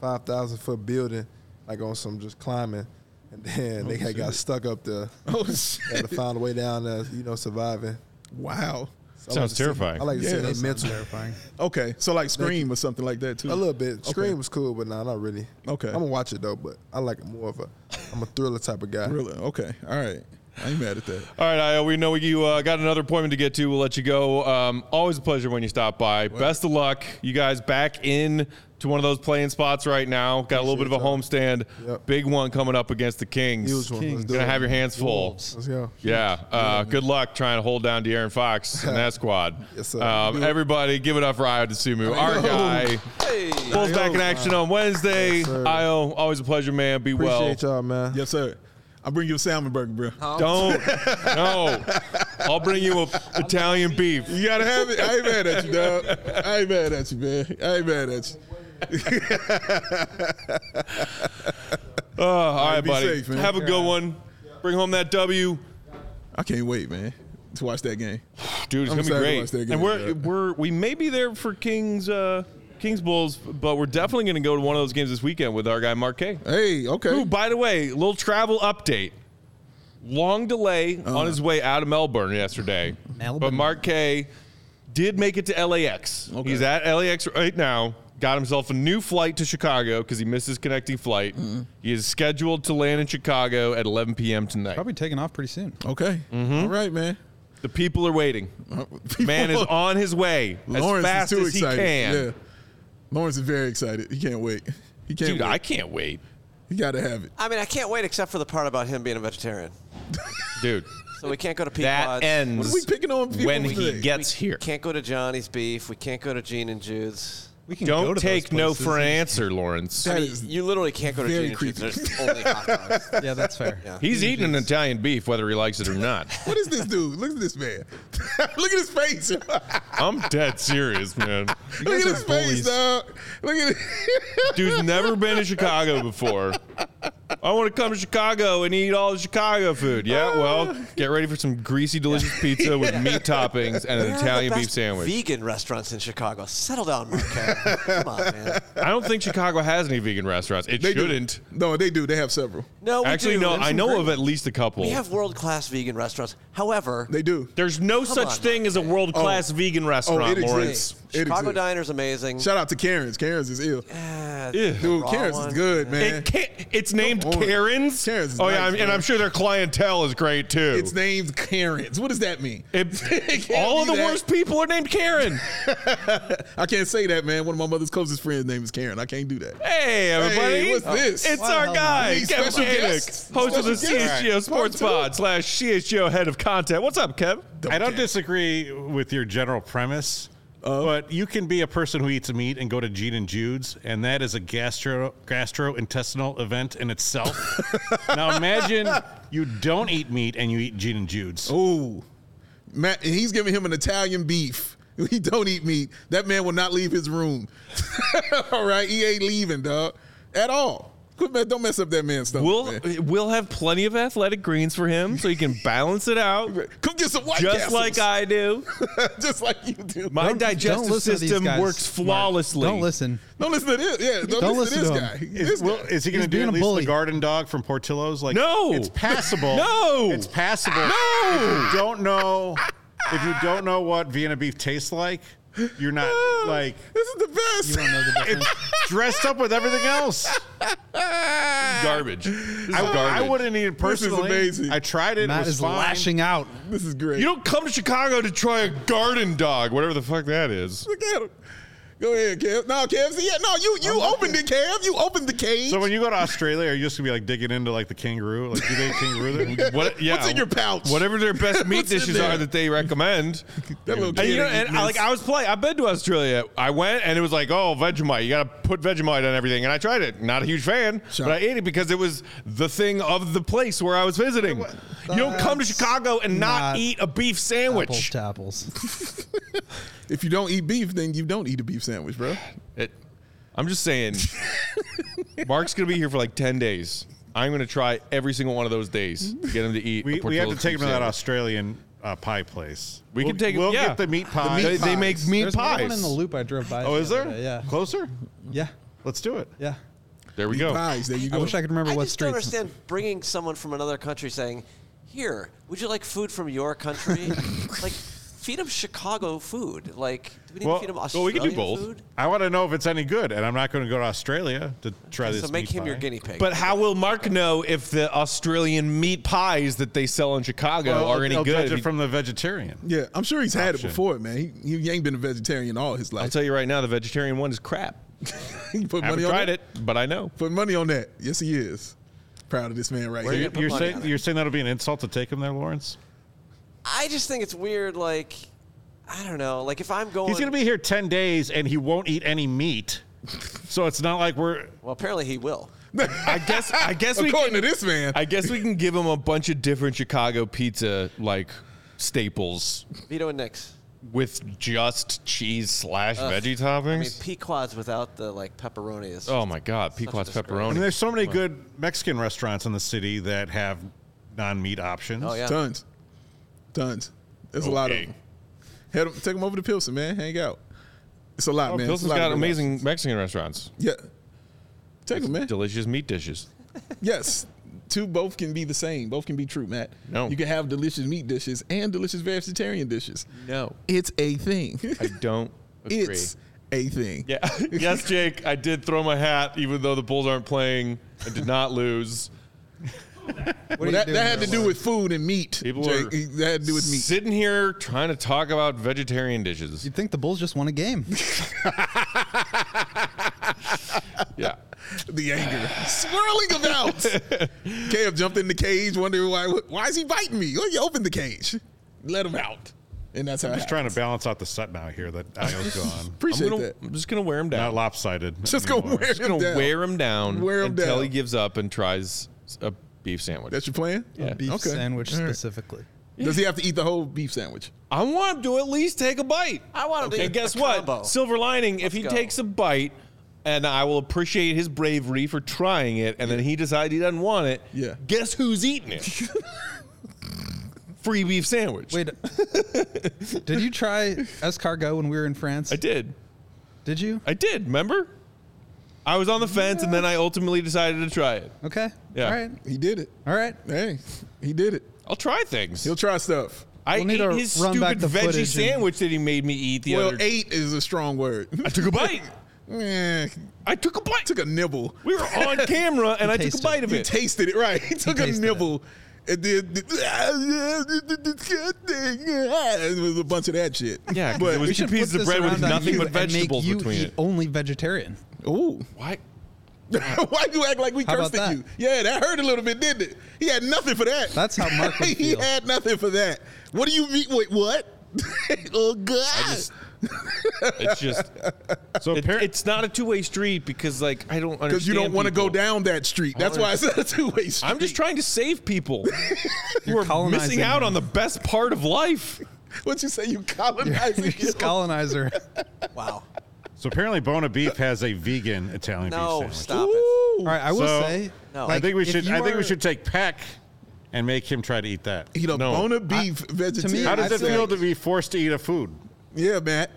C: five thousand foot building, like on some just climbing, and then they had got stuck up there.
B: Oh
C: Had
B: shit!
C: to find a way down there, you know, surviving.
B: Wow.
C: So I like
A: Sounds
C: to see-
A: terrifying.
C: I like to
B: Yeah,
C: see
B: that
C: their
B: sounds
C: mental.
D: terrifying.
B: Okay, so like Scream or something like that too.
C: A little bit.
B: Okay.
C: Scream was cool, but nah, not really.
B: Okay.
C: I'm gonna watch it though, but I like it more of a. I'm a thriller type of guy.
B: Really? Okay. All right. I ain't mad at that.
A: All right, Io, we know you uh, got another appointment to get to. We'll let you go. Um, always a pleasure when you stop by. Best of luck. You guys back in to one of those playing spots right now. Got a little bit of a homestand.
C: Yep.
A: Big one coming up against the Kings.
C: Huge one. Let's do
A: Gonna
C: it.
A: have your hands full.
D: Wolves.
C: Let's go.
A: Yeah. Uh, good luck trying to hold down De'Aaron Fox and that squad.
C: Yes, sir.
A: Um, everybody, give it up for Io DeSumo, our guy. Bulls back in action on Wednesday.
C: sir.
A: Io, always a pleasure, man. Be well.
C: Appreciate y'all, man.
B: Yes, sir. I'll bring you a salmon burger, bro.
A: Don't. no. I'll bring you a Italian beef.
B: You gotta have it. I ain't mad at you, dog. I ain't mad at you, man. I ain't mad at you.
A: Uh, all right,
B: be
A: buddy.
B: safe, man.
A: Have a good one. Bring home that W.
B: I can't wait, man, to watch that game.
A: Dude, it's
B: I'm
A: gonna be
B: excited to watch
A: great.
B: that game,
A: and we're
B: yeah.
A: we're we may be there for Kings uh, Kings Bulls, but we're definitely gonna go to one of those games this weekend with our guy Marquet.
B: Hey,
A: Who,
B: okay.
A: by the way, little travel update. Long delay
B: Oh.
A: on his way out of Melbourne yesterday. But
D: Melbourne.
A: Mark Kay did make it to LAX.
B: Okay.
A: He's at LAX right now. Got himself a new flight to Chicago because he missed his connecting flight.
B: Mm-hmm.
A: He is scheduled to land in Chicago at 11 p.m. tonight.
D: Probably taking off pretty soon.
B: Okay. All right, man.
A: The people are waiting. Mm-hmm. Man is on his way
B: Oh. Lawrence
A: as fast
B: is too
A: as he
B: excited.
A: can.
B: Yeah. Lawrence is very excited. He can't wait. He can't
A: Dude,
B: wait.
A: I can't wait.
B: he gotta have it.
E: I mean, I can't wait except for the part about him being a vegetarian.
A: Dude,
E: So we can't go to
A: that
E: Pequod's.
B: What are
A: ends
B: we picking on people
A: when
B: today?
A: he gets
E: We
A: here.
E: can't go to Johnny's Beef. We can't go to Gene and Jude's.
D: We can go
A: Don't
D: to
A: take
D: those
A: no
D: places
A: for an
D: and-
A: answer, Lawrence.
B: That
E: I mean,
B: is
E: you literally can't go to
B: very
E: Gene and Jude's. There's only hot dogs.
D: Yeah, that's fair.
E: Yeah.
A: He's eating an Italian beef, whether he likes it or not.
B: What is this dude? Look at this man. Look at his face. Look
A: I'm dead serious, man.
B: at his face, dog. Look at it.
A: Dude's never been to Chicago before. I want to come to Chicago and eat all the Chicago food. Yeah, well, get ready for some greasy, delicious pizza with meat toppings and an
E: They're
A: Italian
E: the
A: beef
E: best
A: sandwich.
E: Vegan restaurants in Chicago. Settle down, Marquette. Come on, man.
A: I don't think Chicago has any vegan restaurants. It
B: They do.
A: shouldn't.
B: No, they do. They have several.
E: No, Oh, we
A: Actually,
E: do.
A: no.
E: There's
A: I
E: some
A: know
E: great-
A: of at least a couple.
E: We have world class vegan restaurants. However,
B: They do.
A: There's no such
E: on,
A: thing as a world class vegan
B: Oh,
A: restaurant,
B: it
A: Lawrence.
B: exists. It
E: Chicago
B: exists.
E: Diner's amazing.
B: Shout out to Karen's. Karen's is ill.
E: Ah,
B: Dude,
E: raw
B: Karen's
E: one.
B: is good, man.
A: It can't, it's named
B: Eh. on.
A: Karen's.
B: Karen's is
A: oh yeah,
B: nice,
A: I'm- and
B: bro.
A: I'm sure their clientele is great too.
B: It's named Karen's. What does that mean?
A: It-
B: can't
A: all of
B: be
A: the
B: that.
A: worst people are named Karen.
B: I can't say that, man. One of my mother's closest friends' name is Karen. I can't do that.
A: Hey, everybody. Oh,
B: Hey, what's this?
A: It's
D: Why the
A: our
D: hell
A: guy,
B: not?
A: Kevin
B: Special
A: Koenig,
B: guest?
A: host of the
B: Special guest?
A: CHGO Sports
B: Part two.
A: Pod slash CHGO Head of Content. What's up, Kev?
F: I don't
B: care.
F: disagree with your general premise, but you can be a person who eats meat and go to Gene and Jude's, and that is a gastro gastrointestinal event in itself. now imagine you don't eat meat and you eat Gene and Jude's.
B: Ooh. Matt, and he's giving him an Italian beef. He don't eat meat. That man will not leave his room. all right, he ain't leaving, dog, at all. Quit, man, don't mess up that man's stuff.
A: We'll,
B: man.
A: we'll have plenty of athletic greens for him so he can balance it out,
B: come get some white
A: just like
B: Castles.
A: I do.
B: just like you do.
A: My
D: Don't-
A: digestive
D: don't listen to these
A: system
D: guys,
A: works
D: Mark.
A: flawlessly.
D: Don't listen.
B: don't listen to this. Yeah, don't,
D: Don't
B: listen,
D: listen
B: to this
D: to
B: guy.
D: him.
B: This
F: Is, well,
B: guy.
F: is he going to
D: He's
F: do
D: being
F: at
D: a
F: least
D: bully.
F: the garden dog from Portillo's? Like,
A: No.
F: it's passable.
A: No.
F: it's passable.
A: No.
F: If you don't know if you don't know what Vienna beef tastes like. You're not like
B: this is the best.
D: You don't know the difference.
F: dressed up with everything else.
A: garbage. This is
F: I, I
A: garbage.
F: wouldn't eat it
B: This is
F: personally.
B: amazing.
F: I tried it.
D: Matt
F: it was
D: is
F: fine.
D: lashing out.
B: this is great.
A: You don't come to Chicago to try a garden dog, whatever the fuck that is.
B: Look at him. Go ahead, Kev. No, KFC. Yeah, no, you you opened it, Kev. You opened the cage.
F: So when you go to Australia, are you just gonna be like digging into like the kangaroo? Like do they kangaroo there?
A: What, yeah,
B: What's in your pouch?
A: Whatever their best meat
B: What's in
A: dishes
B: there?
A: are that they recommend.
B: That little
A: and you
B: kid
A: know,
B: ain't
A: and I, like I was playing. I've been to Australia. I went and it was like, oh, Vegemite. You got to put Vegemite on everything. And I tried it. Not a huge fan,
B: Sure.
A: but I ate it because it was the thing of the place where I was visiting. you don't come to
D: That's
A: Chicago and not,
D: not
A: eat a beef
D: Apples
A: sandwich.
D: to apples.
B: if you don't eat beef, then you don't eat a beef sandwich, bro.
A: It- I'm just saying, Mark's gonna be here for like ten days. I'm gonna try every single one of those days to get him to eat. a
F: We, we have to
A: Portillo's
F: take
A: beef
F: them to that
A: sandwich.
F: Australian uh, pie place.
A: We
F: We'll-
A: can take.
F: We'll
A: yeah.
F: get the meat pie.
A: they, they make meat
D: There's
A: pies.
D: one in the loop I drove by.
F: oh, is
D: the
F: there?
D: other day, Yeah.
F: Closer?
D: Yeah.
F: Let's do it.
D: Yeah.
A: There we go.
B: Pies. There you
D: I
B: go.
D: wish I could remember
E: I
D: what
E: just don't
D: street.
E: understand bringing someone from another country saying, "Here, would you like food from your country?" like, feed them Chicago food. Like, do we need
F: Well-
E: to feed them
A: well,
E: Australian
A: we can do both.
E: food?
F: I want to know if it's any good, and I'm not going to go to Australia to try this.
E: So make
F: meat
E: him your
F: pie.
E: guinea pig.
A: But how will Mark know if the Australian meat pies that they sell in Chicago
F: Well,
A: are any
F: I'll
A: good?
F: Judge it from the vegetarian.
B: Yeah, I'm sure he's had it
F: Option.
B: before, man. He, he ain't been a vegetarian all his
A: I'll
B: life.
A: tell you right now, the vegetarian one is crap.
B: he put
A: I
B: money
A: haven't
B: on
A: tried
B: that.
A: it, but I know.
B: Put money on that. Yes, he is. Proud of this man right
E: Where
B: here.
E: you-
F: You're
E: Put money on
F: saying
E: it.
F: you're saying that'll be an insult to take him there, Lawrence.
E: I just think it's weird. Like, I don't know. Like, if I'm going,
F: He's going to be here ten days, and he won't eat any meat. So it's not like we're.
E: Well, apparently he will.
A: I guess. I guess we.
B: According
A: Can,
B: to this man,
A: I guess we can give him a bunch of different Chicago pizza like staples
E: Vito and Nick's.
A: with just cheese slash veggie
E: I mean,
A: toppings.
E: Pequod's without the like pepperoni is.
A: oh my god, Pequot's
E: disgrace.
F: I mean,
A: pepperoni.
F: there's so many good Mexican restaurants in the city that have non-meat options.
E: Oh, yeah.
B: tons, tons. There's a lot of
A: Okay.
B: them. Head, take him over to Pilsen, man. Hang out. It's a
A: Oh,
B: lot, man. It's a
A: Pilsen's
B: lot of
A: got
B: good
A: amazing Mexican restaurants,
B: ones. Yeah, take him, man.
A: delicious meat dishes.
B: Yes. Two both can be the same. Both can be true, Matt.
A: No.
B: You can have delicious meat dishes and delicious vegetarian dishes.
A: No,
B: It's a thing.
A: I don't agree.
B: it's a thing.
A: Yeah. yes, Jake, I did throw my hat, even though the Bulls aren't playing. I did not lose.
B: Well, that, that had to do with food and meat.
A: People
B: Jake.
A: are
B: that had to do with meat.
A: Sitting here trying to talk about vegetarian dishes.
D: You'd think the Bulls just won a game.
A: Yeah.
B: The anger. Swirling about. Kev jumped in the cage, wondering why why is he biting me? Well, you opened the cage. Let him out. And that's how I'm
F: Just trying to balance out the set now here that Io's gone.
B: appreciate
A: I'm, gonna,
B: that.
A: I'm just going to wear him
F: Not
A: down.
F: lopsided.
B: Just go
F: anymore.
B: wear
A: I'm
B: him
A: going to
B: down.
A: wear him down
B: Wear him
A: until
B: down.
A: he gives up and tries a beef sandwich.
B: That's your plan?
A: Yeah.
D: Beef
B: Okay.
D: sandwich
B: All right.
D: specifically.
B: Does he have to eat the whole beef sandwich?
A: I want him to at least take a bite.
E: I want him to
A: And
E: eat
A: guess
E: a
A: what?
E: combo.
A: Silver lining, if he
E: go.
A: takes a bite, and I will appreciate his bravery for trying it, and then he decides he doesn't want it.
B: Yeah.
A: Guess who's eating it? Free beef sandwich.
D: Wait, did you try escargot when we were in France?
A: I did.
D: Did you?
A: I did. Remember? I was on the fence, and then I ultimately decided to try it.
D: Okay.
A: Yeah.
D: All right.
B: He did it.
D: All right.
B: Hey, he did it.
A: I'll try things.
B: He'll try stuff.
A: I
D: We'll need
A: ate
D: to
A: his
D: run back
A: stupid
D: the footage
A: veggie
D: and-
A: sandwich that he made me eat the
B: well,
A: other day.
B: eight is a strong word.
A: I took a bite.
B: Eh,
A: I took a bite.
B: took a nibble.
A: we were on camera, and I took a
D: tasted
A: bite of
B: You
A: it.
B: tasted it, right? He took a
D: tasted
B: nibble. And then ah, it was a bunch of that shit.
A: Yeah, 'cause
B: but
A: it was-
B: we
A: Two
B: should-
A: pieces
D: put
A: of
D: this
A: bread with
D: around on
A: nothing
D: you
A: but
D: and make
A: vegetables
D: you
A: between
D: eat
A: it.
D: Only vegetarian.
B: ooh,
A: Why?
B: why you act like we
D: How
B: cursed
D: about
B: at you? Yeah, that hurt a little bit, didn't it? He had nothing for that.
D: That's how Mark would
B: he
D: feel.
B: had nothing for that. What do you mean? Wait, what? oh God!
A: It's just
F: So
A: it,
F: apparently,
A: it's not a two way street because like I don't understand
B: Because you don't want to go
A: people.
B: down that street. That's why it's not a two-way street.
A: I'm just trying to save people. you are
D: colonizing
A: missing out
D: them.
A: on the best part of life.
B: What you say? You colonizing?
D: You're just colonizer.
E: Wow.
F: so apparently, Bona Beef has a vegan Italian
E: No,
F: beef sandwich.
E: stop it.
D: All right. I will
F: So-
D: say.
E: No.
F: I think we
D: if
F: should.
D: you
F: I think
D: are-
F: we should take Peck and make him try to eat that.
B: Eat a
A: No.
B: bone of beef vegetarian.
D: me,
F: How does
D: I
F: it
D: feel
F: feel
D: like-
F: to be forced to eat a food?
B: yeah, Matt.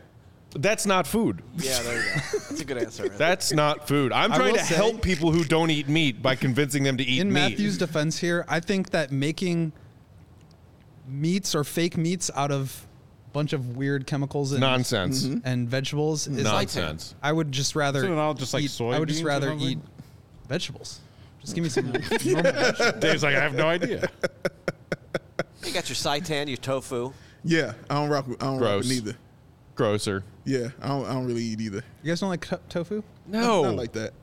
A: That's not food.
E: Yeah, there you go. That's a good answer. right
A: That's not food. I'm
D: I
A: trying
D: will
A: to
D: say-
A: help people who don't eat meat by convincing them to eat
D: in
A: meat.
D: Matthew's defense here, I think that making meats or fake meats out of a bunch of weird chemicals and
A: Nonsense.
D: and vegetables is
A: Nonsense.
D: I would just rather
F: Isn't it all just like
D: eat, I would
F: soybeans
D: just
F: or
D: rather
F: something?
D: eat vegetables. Just give me some normal vegetables.
F: Dave's like, I have no idea.
E: there. You got your seitan, your tofu.
B: Yeah, I don't rock with. I don't rock with
A: Gross.
B: neither.
A: Grosser.
B: Yeah, I don't, I don't really eat either.
D: You guys don't like to- tofu?
A: No.
B: Not like that.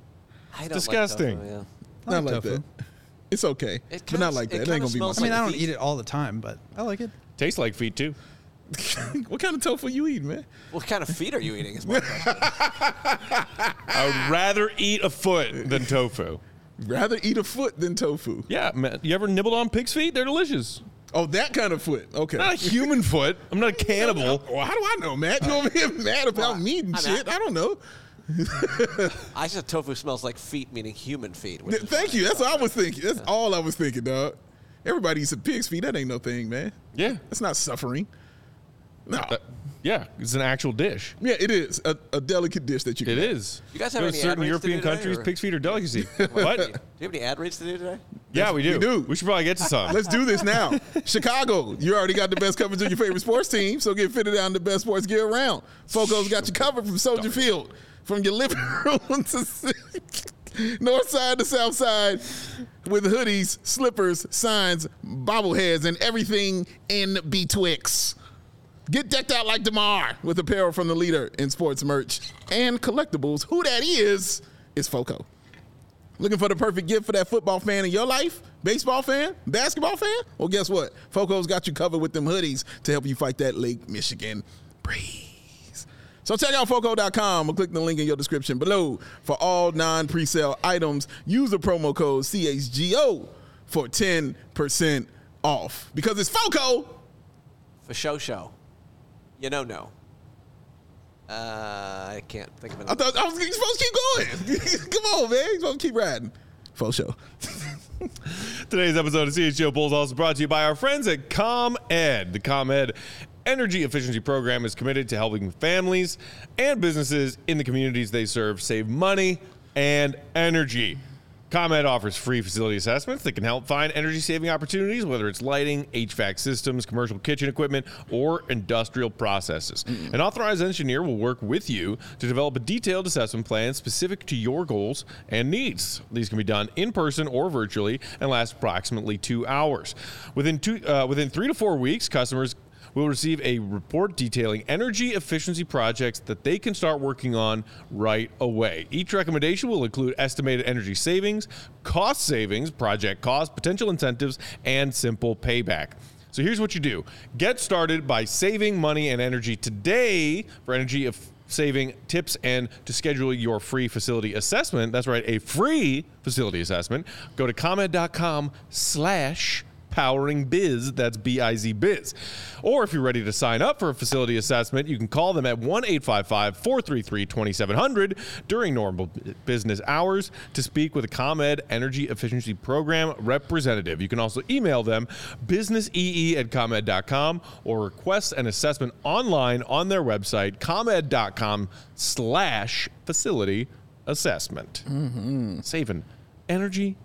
E: I don't
A: disgusting.
E: Like tofu,
D: I
B: Not
D: like
B: like
D: tofu.
B: that. It's okay,
E: It
B: but
E: kinda
B: not like
E: s-
B: that.
E: it
B: It, ain't
E: kinda
B: gonna be my.
E: smells
D: I mean,
E: like
D: I don't
E: feet.
D: eat it all the time, but I like it.
A: Tastes like feet too.
B: what kind of tofu you eat, man?
E: yeah. What kind of feet are you eating? Is my question.
A: I would rather eat a foot than tofu.
B: Rather eat a foot than tofu.
A: Yeah, man. You ever nibbled on pig's feet? They're delicious.
B: Oh, that kind of foot. Okay.
A: Not a human foot. I'm not a cannibal.
B: Well, how do I know, Matt? You over here mad about meat and
E: I'm
B: shit?
E: at-
B: I don't know.
E: I said tofu smells like feet, meaning human feet. Which
B: Th-
E: is
B: Thank
E: funny.
B: you. That's what I was thinking. That's all I was thinking, dog. Everybody eats a pig's feet. That ain't no thing, man.
A: Yeah.
B: That's not suffering. No.
A: Uh, yeah, it's an actual dish.
B: yeah, it is a, a delicate dish that you
A: It
B: can.
A: is.
E: You guys have
A: There are
E: any ad
A: certain
E: reads to do
A: European
E: today,
A: countries,
E: or-
A: pig's feet are delicacy.
E: Do you
A: but
E: have any ad reads to do today?
A: yeah, we do.
B: We do.
A: We should probably get to some.
B: Let's do this now. Chicago, you already got the best coverage of your favorite sports team, so get fitted out in the best sports gear around. Foco's got you covered from Soldier Field, from your living room to north side to south side, with hoodies, slippers, signs, bobbleheads, and everything in betwixt. Get decked out like DeMar with apparel from the leader in sports merch and collectibles. Who that is, is Foco. Looking for the perfect gift for that football fan in your life? Baseball fan? Basketball fan? Well, guess what? Foco's got you covered with them hoodies to help you fight that Lake Michigan breeze. So check out Foco.com or click the link in your description below for all non pre sale items. Use the promo code CHGO for 10% off because it's Foco.
E: For show, show. You know, no. Uh, I can't think of
B: I
E: another.
B: thought I was you're supposed to keep going. Come on, man. You're supposed to keep riding. Faux show.
A: Today's episode of CHGO Bulls also brought to you by our friends at ComEd. The ComEd Energy Efficiency Program is committed to helping families and businesses in the communities they serve save money and energy. ComEd offers free facility assessments that can help find energy saving opportunities, whether it's lighting, HVAC systems, commercial kitchen equipment, or industrial processes. An authorized engineer will work with you to develop a detailed assessment plan specific to your goals and needs. These can be done in person or virtually and last approximately two hours. Within, two, uh, within three to four weeks, customers will receive a report detailing energy efficiency projects that they can start working on right away. Each recommendation will include estimated energy savings, cost savings, project costs, potential incentives, and simple payback. So here's what you do get started by saving money and energy today for energy efficiency saving tips and to schedule your free facility assessment that's right a free facility assessment go to comment.com slash powering biz that's b-i-z biz or if you're ready to sign up for a facility assessment you can call them at 1-855-433-2700 during normal bu- business hours to speak with a ComEd energy efficiency program representative you can also email them businessee at comed.com or request an assessment online on their website comed.com slash facility assessment
B: Mm-hmm.
A: saving energy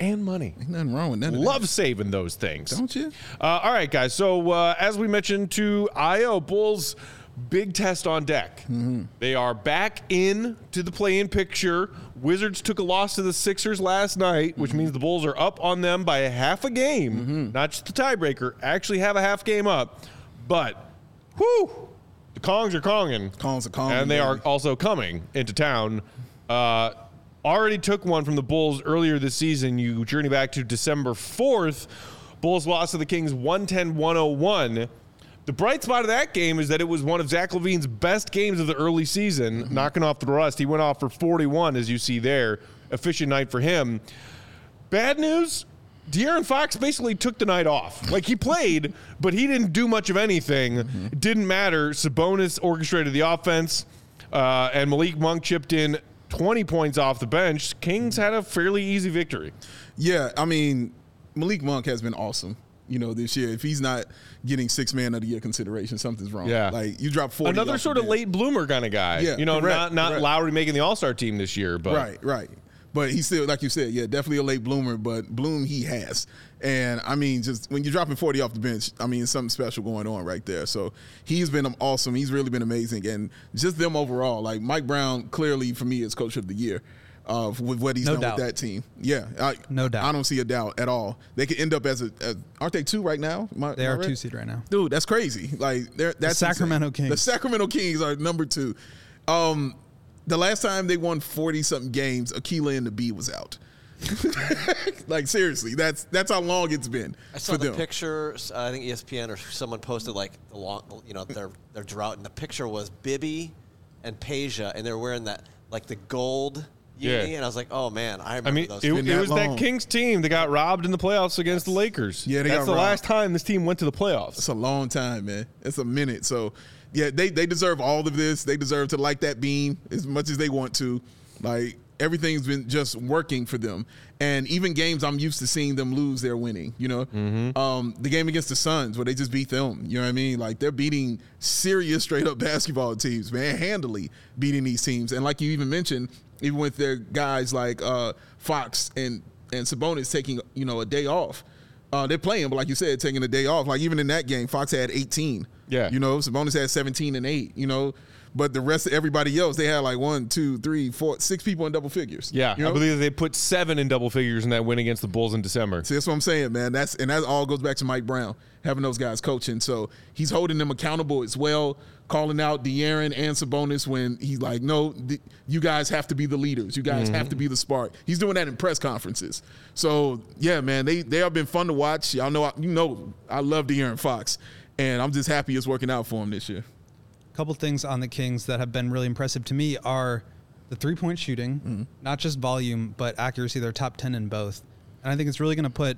A: and money
B: Nothing wrong with none of that.
A: Love saving those things.
B: Don't you?
A: Uh, all right, guys. So, uh, as we mentioned to IO Bulls, big test on deck. They are back in to the play in picture. Wizards took a loss to the Sixers last night, which means the Bulls are up on them by a half a game, not just the tiebreaker, actually have a half game up. But, whoo, the Kongs are Konging.
B: Kongs are Konging,
A: And they are
B: baby.
A: also coming into town. Uh, already took one from the Bulls earlier this season. You journey back to December 4th. Bulls lost to the Kings 110 101. The bright spot of that game is that it was one of Zach Levine's best games of the early season,
B: Mm-hmm.
A: knocking off the rust. He went off for 41, as you see there. Efficient night for him. Bad news De'Aaron Fox basically took the night off. Like he played, but he didn't do much of anything.
B: Mm-hmm.
A: It didn't matter. Sabonis orchestrated the offense, uh, and Malik Monk chipped in 20 points off the bench. Kings had a fairly easy victory.
B: Yeah, I mean, Malik Monk has been awesome. You know, this year, if he's not getting six man of the year consideration, something's wrong.
A: Yeah.
B: like you drop forty.
A: Another
B: off
A: sort
B: the
A: of
B: bench.
A: late bloomer kind of guy.
B: Yeah,
A: you know,
B: correct,
A: not not
B: correct.
A: Lowry making the All Star team this year, but
B: Right, right. But he's still, like you said, yeah, definitely a late bloomer. But bloom he has, and I mean, just when you're dropping forty off the bench, I mean, something special going on right there. So he's been awesome. He's really been amazing, and just them overall. Like Mike Brown, clearly for me is coach of the year. of with what he's
D: No
B: done
D: doubt.
B: with that team. Yeah, I,
D: No doubt.
B: I don't see a doubt at all. They could end up as a. As, aren't they two right now? Am I-
D: They
B: am I
D: are
B: right?
D: two seed right now.
B: dude. That's crazy. Like they're that's insane.
D: Sacramento Kings.
B: The Sacramento Kings are number two. Um, the last time they won forty something games, Akila and the B was out. like seriously, that's that's how long it's been
E: I saw
B: for
E: the
B: them.
E: picture. s- I think ESPN or someone posted like the long, you know, their their drought, and the picture was Bibby and Peja, and they're wearing that like the gold.
A: Yeah.
E: Uni, and I was like, oh man, I remember
A: I mean,
E: those.
A: it,
B: been
A: it
B: that
A: was
B: long.
A: that Kings team that got robbed in the playoffs against the Lakers.
B: Yeah, they
A: that's
B: got
A: the
B: robbed.
A: last time this team went to the playoffs.
B: It's a long time, man. It's a minute. So, yeah, they, they deserve all of this. They deserve to like that beam as much as they want to. Like, everything's been just working for them. And even games I'm used to seeing them lose, they're winning, you know? Um, the game against the Suns, where they just beat them, you know what I mean? Like, they're beating serious, straight up basketball teams, man, handily beating these teams. And, like you even mentioned, even with their guys like uh, Fox and, and Sabonis taking, you know, a day off. Uh, they're playing, but like you said, taking a day off. Like even in that game, Fox had 18.
A: Yeah.
B: You know, Sabonis had 17 and 8, you know. But the rest of everybody else, they had like one, two, three, four, six people in double figures.
A: Yeah,
B: You know?
A: I believe they put seven in double figures in that win against the Bulls in December.
B: See, that's what I'm saying, man. That's and that all goes back to Mike Brown having those guys coaching. So he's holding them accountable as well, calling out De'Aaron and Sabonis when he's like, "No, th- you guys have to be the leaders. You guys have to be the spark." He's doing that in press conferences. So yeah, man, they they have been fun to watch. Y'all know, I, you know, I love De'Aaron Fox, and I'm just happy it's working out for him this year.
D: couple things on the Kings that have been really impressive to me are the three point shooting, not just volume, but accuracy. They're top 10 in both. And I think it's really going to put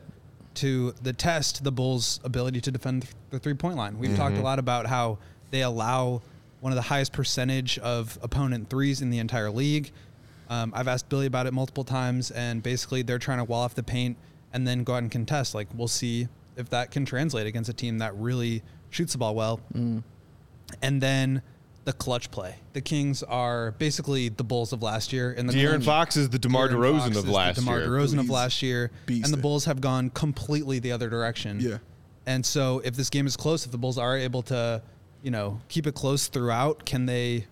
D: to the test the Bulls' ability to defend th- the three point line. We've talked a lot about how they allow one of the highest percentage of opponent threes in the entire league. Um, I've asked Billy about it multiple times, and basically they're trying to wall off the paint and then go out and contest. Like, we'll see if that can translate against a team that really shoots the ball well and then the clutch play. The Kings are basically the Bulls of last year, and the
A: De'Aaron Fox is the DeMar
D: De'Aaron
A: DeRozan
D: Fox
A: of
D: is the
A: last
D: DeMar
A: year.
D: DeRozan of
B: He's
D: last year,
B: beast
D: and the
B: there.
D: Bulls have gone completely the other direction.
B: Yeah.
D: And so, if this game is close, if the Bulls are able to, you know, keep it close throughout, can they,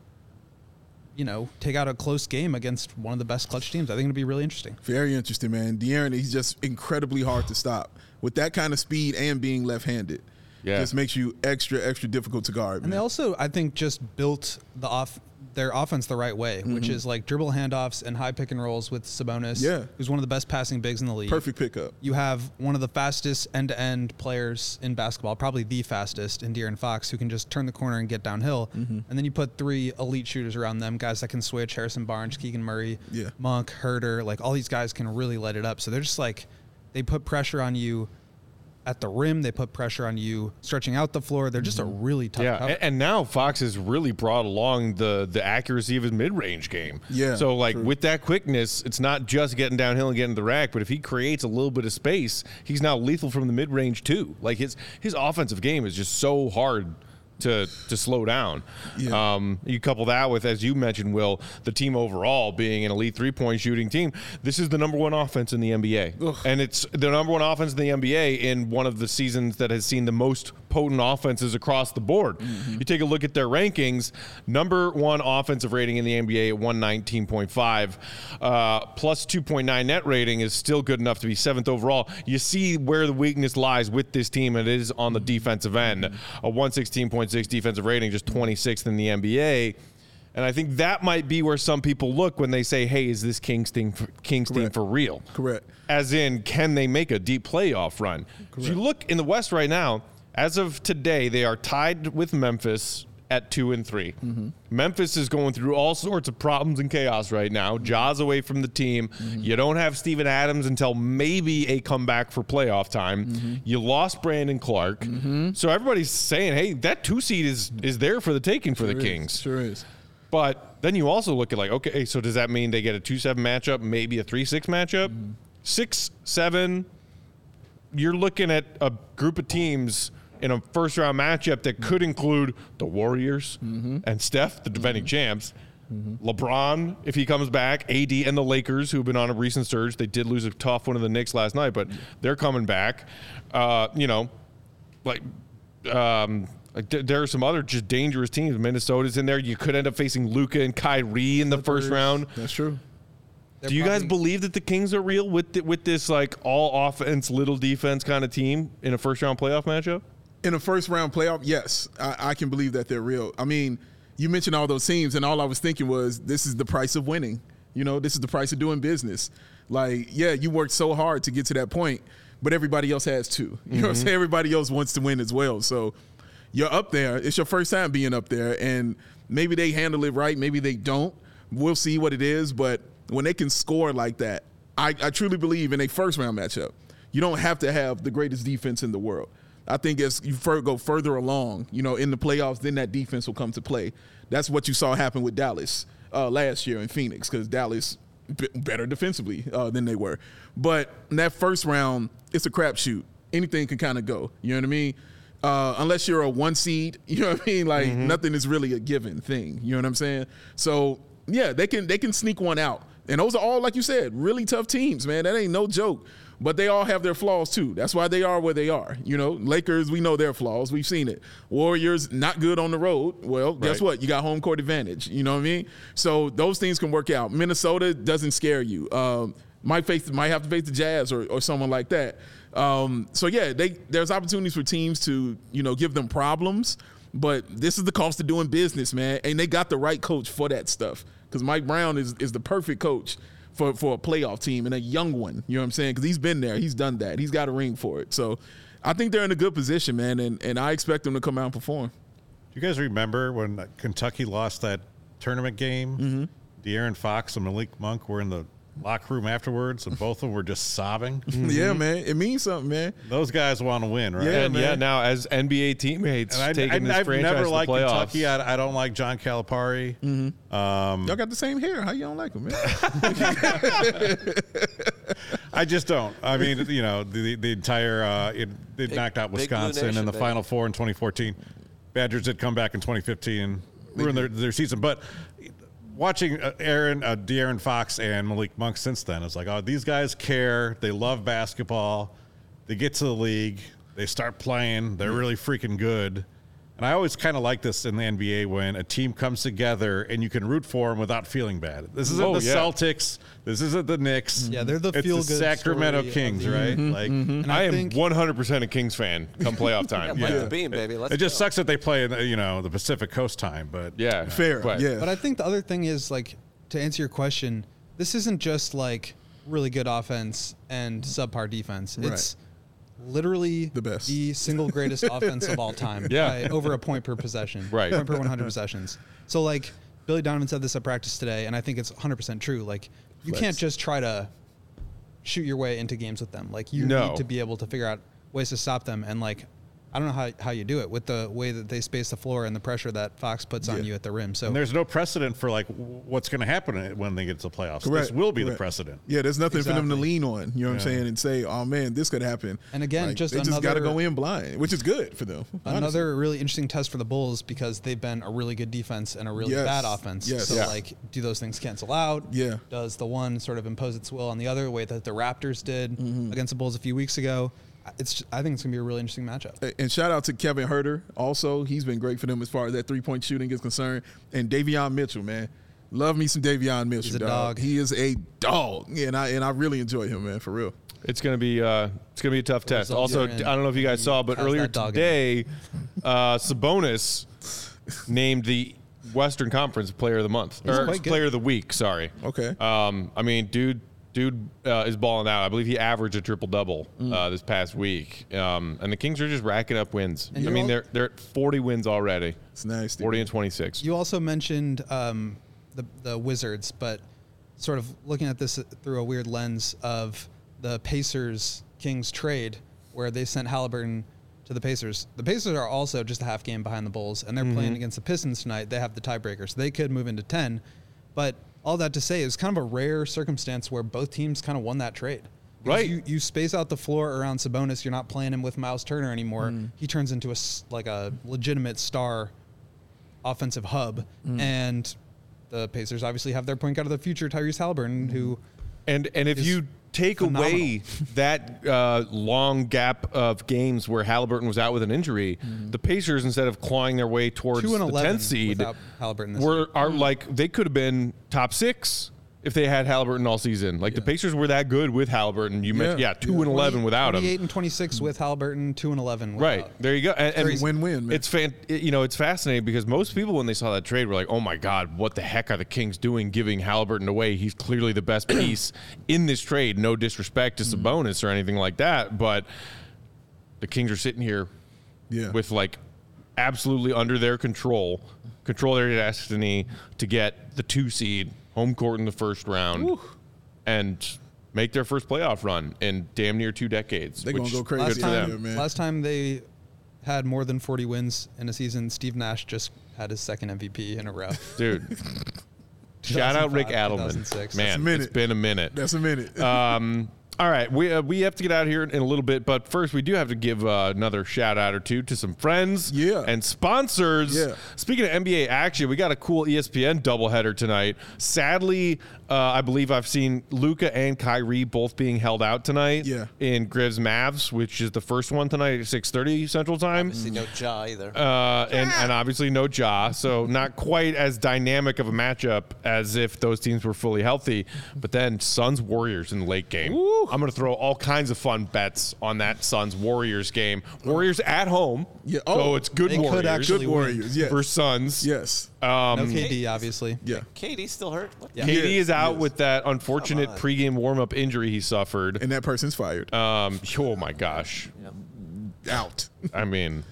D: you know, take out a close game against one of the best clutch teams? I think it'll be really interesting.
B: Very interesting, man. De'Aaron, he's just incredibly hard to stop with that kind of speed and being left-handed.
A: Yeah.
B: just makes you extra extra difficult to guard.
D: And
B: man.
D: they also, I think, just built the off their offense the right way, which is like dribble handoffs and high pick and rolls with Sabonis,
B: Mm-hmm. Yeah.
D: who's one of the best passing bigs in the league.
B: Perfect pickup.
D: You have one of the fastest end-to-end players in basketball, probably the fastest in De'Aaron Fox, who can just turn the corner and get downhill.
B: Mm-hmm.
D: And then you put three elite shooters around them, guys that can switch: Harrison Barnes, Keegan Murray,
B: Yeah.
D: Monk, Herder. Like all these guys can really let it up. So they're just like they put pressure on you at the rim. They put pressure on you stretching out the floor. They're just
B: Mm-hmm.
D: a really tough.
A: Yeah, a-
D: cover.
A: and, now Fox has really brought along the the accuracy of his mid range game.
B: Yeah,
A: So like with that quickness, it's not just getting downhill and getting to the rack, but if he creates a little bit of space, he's now lethal from the mid range too. Like his his offensive game is just so hard. To, to slow down,
B: Yeah.
A: um, you couple that with, as you mentioned, Will, the team overall being an elite three point shooting team. This is the number one offense in the NBA, and it's the number one offense in the NBA in one of the seasons that has seen the most potent offenses across the board.
B: Mm-hmm.
A: You take a look at their rankings: number one offensive rating in the NBA at one nineteen point five, uh, plus two point nine net rating is still good enough to be seventh overall. You see where the weakness lies with this team, and it is on the defensive end. A one sixteen point six defensive rating, just twenty sixth in the NBA. And I think that might be where some people look when they say, "Hey, is this Kings thing for, Kings team
B: Correct.
A: for real?"
B: Correct.
A: As in, can they make a deep playoff run? If you look in the West right now, as of today, they are tied with Memphis at two and 3
B: Mm-hmm.
A: Memphis is going through all sorts of problems and chaos right now.
B: Mm-hmm.
A: Jaws away from the team. You don't have Steven Adams until maybe a comeback for playoff time.
B: Mm-hmm.
A: You lost Brandon Clark. So everybody's saying, hey, that two seed is is there for the taking for the Kings.
B: Sure is.
A: But then you also look at like, okay, so does that mean they get a two seven matchup, maybe a three six matchup, six seven? You're looking at a group of teams in a first round matchup that could include the Warriors and Steph, the defending champs. LeBron, if he comes back, AD and the Lakers, who've been on a recent surge, they did lose a tough one to the Knicks last night, but they're coming back. Uh, you know, like um like th- there are some other just dangerous teams. Minnesota's in there. You could end up facing Luca and Kyrie in the first round.
B: That's true.
A: Do you guys
D: probably-
A: believe that the Kings are real with th- with this like all offense, little defense kind of team in a first round playoff matchup?
B: in a first round playoff, yes, I, I can believe that they're real. I mean, you mentioned all those teams, and all I was thinking was, this is the price of winning. You know, this is the price of doing business. Like, yeah, you worked so hard to get to that point, but everybody else has too. You know what I'm saying? Everybody else wants to win as well. So you're up there. It's your first time being up there, and maybe they handle it right, maybe they don't. We'll see what it is, but when they can score like that, I, I truly believe in a first round matchup. You don't have to have the greatest defense in the world. I think as you fur- go further along, you know, in the playoffs, then that defense will come to play. That's what you saw happen with Dallas uh, last year in Phoenix because Dallas b- better defensively uh, than they were. But in that first round, it's a crapshoot. Anything can kind of go. You know what I mean? Uh, unless you're a one seed, you know what I mean. Like nothing is really a given thing. You know what I'm saying? So yeah, they can they can sneak one out. And those are all, like you said, really tough teams, man. That ain't no joke. But they all have their flaws too. That's why they are where they are. You know, Lakers, we know their flaws. We've seen it. Warriors, not good on the road. Well, guess
A: Right.
B: what? You got home court advantage. You know what I mean? So those things can work out. Minnesota doesn't scare you. Um, might face might have to face the Jazz or, or someone like that. Um, so yeah, they there's opportunities for teams to you know give them problems. But this is the cost of doing business, man. And they got the right coach for that stuff. Because Mike Brown is, is the perfect coach for, for a playoff team and a young one. You know what I'm saying? Because he's been there. He's done that. He's got a ring for it. So I think they're in a good position, man. And, and I expect them to come out and perform.
F: Do you guys remember when Kentucky lost that tournament game? De'Aaron Fox and Malik Monk were in the locker room afterwards, and both of them were just sobbing.
B: Yeah, man. It means something, man.
F: Those guys want to win, right?
B: Yeah,
A: and yeah,
B: man.
A: now as NBA teammates
F: And I,
A: taking this
F: have
A: franchise
F: never
A: to
F: liked
A: playoffs.
F: Kentucky. I, I don't like John Calipari.
B: Y'all got the same hair. How you don't like them, man?
F: I just don't. I mean, you know, the the entire uh, it, it knocked out
E: Big Blue
F: Wisconsin in
E: Nation,
F: the
E: baby.
F: Final Four in 2014. Badgers did come back in 2015 and ruin their, their season. But watching uh, Aaron, uh, De'Aaron Fox, and Malik Monk since then, it's like, oh, these guys care. They love basketball. They get to the league. They start playing. They're really freaking good. And I always kind of like this in the NBA when a team comes together and you can root for them without feeling bad. This isn't
A: Oh,
F: the
A: yeah.
F: Celtics. This isn't the Knicks.
D: Yeah, they're the
F: It's
D: feel-good
F: Sacramento
D: story of
F: Kings,
D: the-
F: right? Like,
D: And
A: I,
D: I,
A: am
D: think
A: 100% a Kings fan come playoff time.
E: Light the beam, baby. Let's
F: it just
E: go.
F: sucks that they play in the, you know the Pacific Coast time, but
A: Yeah.
B: Fair.
A: But-
B: yeah.
D: But I think the other thing is like to answer your question, this isn't just like really good offense and subpar defense. It's literally the
B: best.
D: the single greatest offense of all time.
A: Yeah.
D: by over a point per possession.
A: Right.
D: point per 100 possessions. So like Billy Donovan said this at practice today, and I think it's 100 percent true. Like you can't just try to shoot your way into games with them. Like you
A: No.
D: need to be able to figure out ways to stop them. And like, I don't know how, how you do it with the way that they space the floor and the pressure that Fox puts on you at the rim. So
F: And there's no precedent for like w- what's going to happen when they get to the playoffs. This
B: Correct.
F: will be the
B: Correct.
F: precedent.
B: Yeah, there's nothing for them to
D: Exactly.
B: lean on. You know what I'm saying? And say, oh man, this could happen.
D: And again, just
B: they just got to
D: another-
B: go in blind, which is good for them. honestly.
D: Another really interesting test for the Bulls because they've been a really good defense and a really
B: Yes.
D: bad offense.
B: Yes.
D: So
B: Yeah.
D: like, do those things cancel out?
B: Yeah.
D: Does the one sort of impose its will on the other, the way that the Raptors did
B: Mm-hmm.
D: against the Bulls a few weeks ago? It's ju- I think it's gonna be a really interesting matchup.
B: And shout out to Kevin Herter. Also, he's been great for them as far as that three point shooting is concerned. And Davion Mitchell, man, love me some Davion Mitchell.
D: a
B: dog.
D: dog.
B: He is a dog, Yeah, and I and I really enjoy him, man, for real.
A: It's gonna be uh, it's gonna be a tough test.
D: Results
A: Also,
D: are in.
A: d- I don't know if you guys saw, but
D: How's
A: earlier
D: that dog
A: today, uh, Sabonis named the Western Conference Player of the Month or
D: quite good.
A: Player of the Week. Sorry.
B: Okay.
A: Um, I mean, dude, dude uh, is balling out. I believe he averaged a triple double
D: Mm.
A: uh, this past week, um, and the Kings are just racking up wins.
D: And
A: I
D: you
A: mean,
D: all-
A: they're they're at 40 wins already.
B: It's nice. dude.
A: 40 and 26.
D: You also mentioned um, the the Wizards, but sort of looking at this through a weird lens of the Pacers Kings trade, where they sent Halliburton to the Pacers. The Pacers are also just a half game behind the Bulls, and they're playing against the Pistons tonight. They have the tiebreaker, so they could move into ten. But all that to say is kind of a rare circumstance where both teams kind of won that trade. Because
A: Right.
D: You, you space out the floor around Sabonis. You're not playing him with Miles Turner anymore.
A: Mm.
D: He turns into a s- like a legitimate star offensive hub,
A: Mm.
D: and the Pacers obviously have their point guard of the future, Tyrese Halliburton,
A: Mm.
D: who
A: And and if
D: is
A: you take away that uh, long gap of games where Halliburton was out with an injury, the Pacers instead of clawing their way towards
D: Mm-hmm. Two and
A: the
D: 11
A: tenth seed,
D: without Halliburton this Mm-hmm.
A: were are like they could have been top six. if they had Halliburton all season. Like the Pacers were that good with Halliburton. You mentioned, yeah, two and eleven without him.
D: 28 and 26 with Halliburton, 2 and 11 without.
A: Right there, you go. And, and
B: It's a win-win, man.
A: It's fan, it- you know, it's fascinating because most people when they saw that trade were like, "Oh my God, what the heck are the Kings doing, giving Halliburton away? He's clearly the best piece in this trade." No disrespect to Sabonis or anything like that, but the Kings are sitting here
B: Yeah.
A: with like absolutely under their control, control their destiny to get the two seed home court in the first round and make their first playoff run in damn near two decades.
B: They're gonna
A: which-
B: go crazy.
D: Last
B: Good for
D: time,
B: them, man.
D: last time they had more than 40 wins in a season, Steve Nash just had his second MVP in a row.
A: dude. Shout out Rick
D: 2005,
A: Adelman,
D: 2006.
A: man.
B: That's a
A: It's been a minute.
B: That's a minute.
A: Um, all right, we uh, we have to get out of here in a little bit, but first we do have to give uh, another shout out or two to some friends,
B: Yeah.
A: and sponsors.
B: Yeah.
A: Speaking of NBA action, we got a cool E ESPN doubleheader tonight. Sadly, uh, I believe I've seen Luca and Kyrie both being held out tonight.
B: Yeah.
A: in Grives Mavs, which is the first one tonight at six thirty Central Time.
E: See, no jaw either.
A: Uh, and, and obviously no jaw, so not quite as dynamic of a matchup as if those teams were fully healthy. But then Suns Warriors in the late game. I'm going to throw all kinds of fun bets on that Suns Warriors game. Warriors at home.
B: Yeah,
A: so
B: oh,
A: it's good
D: they could
A: Warriors.
D: actually
B: Good Warriors, yes.
A: for Suns.
B: yes.
A: Um,
D: no KD, obviously.
B: Yeah.
E: Katie still hurt. What?
D: Yeah.
A: KD is out with that unfortunate
E: Come on.
A: pregame warm-up injury he suffered.
B: And that person's fired.
A: Um, oh my gosh!
B: Out.
A: I mean,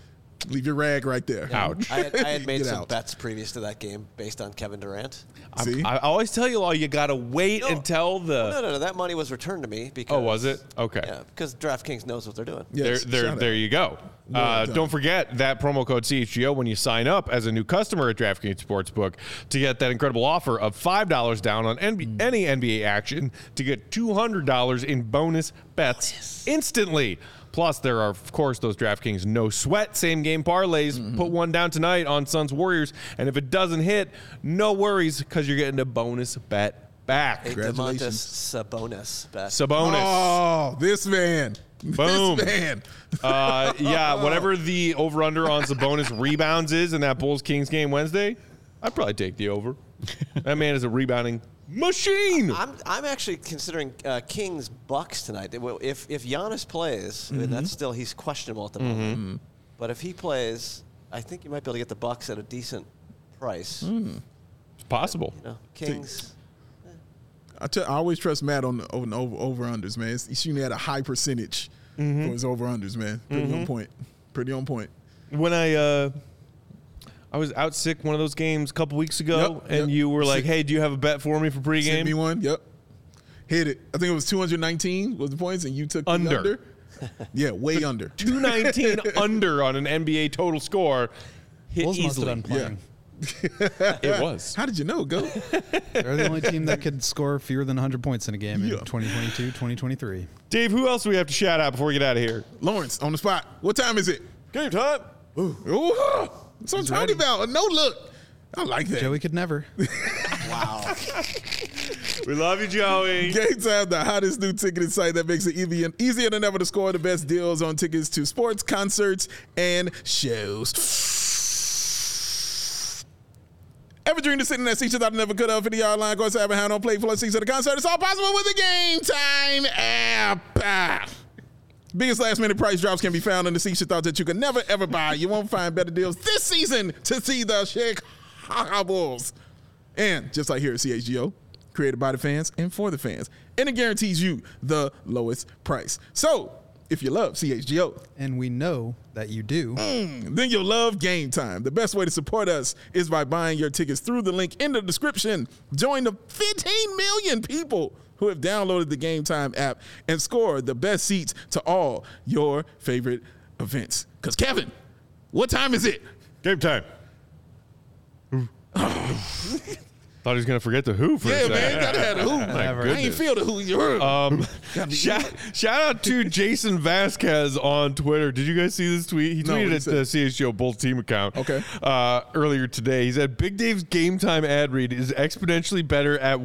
B: Leave your rag right there.
A: ouch.
E: I had, I had made
B: Get
E: some
B: out.
E: bets previous to that game based on Kevin Durant.
B: See?
A: I always tell you all you gotta wait
E: No.
A: until the.
E: Oh, No, no, no. That money was returned to me because.
A: Oh, was it? Okay.
E: Yeah, because DraftKings knows what they're doing.
A: There,
B: Yes,
A: there,
B: shout
A: there
B: out.
A: you go. Uh,
B: done.
A: don't forget that promo code CHGO when you sign up as a new customer at DraftKings Sportsbook to get that incredible offer of $5 down on NB- any NBA action to get $200 in bonus bets instantly. Plus, there are, of course, those DraftKings no sweat same game parlays. Put one down tonight on Suns Warriors. And if it doesn't hit, no worries because you're getting a bonus bet back.
E: A DeMontis Sabonis bet.
A: Sabonis.
B: Oh, this man.
A: Boom.
B: This man.
A: Uh, yeah, whatever the over under on Sabonis rebounds is in that Bulls Kings game Wednesday, I'd probably take the over. That man is a rebounding machine.
E: I'm, I'm actually considering uh, Kings Bucks tonight. It will- If if Giannis plays, I mean,
A: Mm-hmm.
E: that's still he's questionable at the moment. But if he plays, I think you might be able to get the Bucks at a decent price.
A: Mm. It's possible.
E: You know, Kings.
B: I tell- I always trust Matt on the on the over over unders, man. He's shooting at a high percentage
A: Mm-hmm.
B: for his over unders, man. Pretty on point. Pretty on point.
A: When I uh, I was out sick one of those games a couple weeks ago,
B: Yep,
A: and
B: yep.
A: you were like,
B: Sick.
A: "Hey, do you have a bet for me for
B: Sent me
A: pregame?"
B: one. Yep. Hit it. I think it was 219 was the points, and you took the
A: Under.
B: under. yeah, way under.
A: Two nineteen under on an NBA total score. Hit
D: Bulls must
A: easily.
D: have done playing.
A: It was.
B: How did you know? Go.
D: They're the only team that could score fewer than 100 points in a game
B: Yeah.
D: in 2022, 2023.
A: Dave, who else do we have to shout out before we get out of here?
B: Lawrence on the spot. What time is it?
A: Game time.
B: Ooh, so I'm talking about. No look. I like that.
D: Joey could never.
A: We love you, Joey.
B: Game Time, the hottest new ticketing site that makes it easy and easier than ever to score the best deals on tickets to sports, concerts, and shows. Ever dreamed of sitting in that seat you thought you never could have? 50 yard line, course, having hand on play, plus seats at a concert. It's all possible with the Game Time app. Biggest last minute price drops can be found in the seats you thought that you could never ever buy. You won't find better deals this season to see the Chicago Bulls. And just like here at CHGO, created by the fans and for the fans. And it guarantees you the lowest price. So if you love CHGO,
D: And we know that you do.
B: then you'll love Game Time. The best way to support us is by buying your tickets through the link in the description. Join the 15 million people who have downloaded the Game Time app and scored the best seats to all your favorite events. Because, Kevin, what time is it?
F: Game time.
A: Thought he was gonna forget the who for a
B: Yeah,
A: second.
B: man, gotta have the who.
D: Never.
B: I ain't feel the who you heard.
A: Um, shout, shout out to Jason Vasquez on Twitter. Did you guys see this tweet? He
B: No,
A: tweeted
B: what'd he
A: at the CHGO Bulls team account.
B: Okay.
A: Uh, earlier today, he said Big Dave's game time ad read is exponentially better at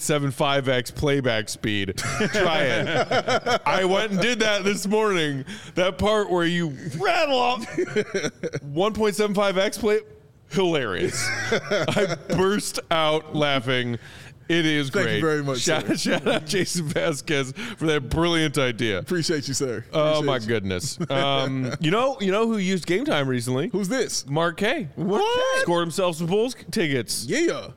A: 1.75x playback speed. Try it. I went and did that this morning. That part where you rattle off 1.75x play, hilarious. I burst out laughing. It is
B: Thank
A: great.
B: you very much,
A: Shout,
B: sir.
A: shout out Jason Vasquez for that brilliant idea.
B: Appreciate you, sir.
A: Oh
B: Appreciate
A: my
B: you.
A: goodness! Um, you know, you know who used game time recently?
B: Who's this?
A: Mark K.
B: What?
A: Scored himself some Bulls tickets.
B: Yeah.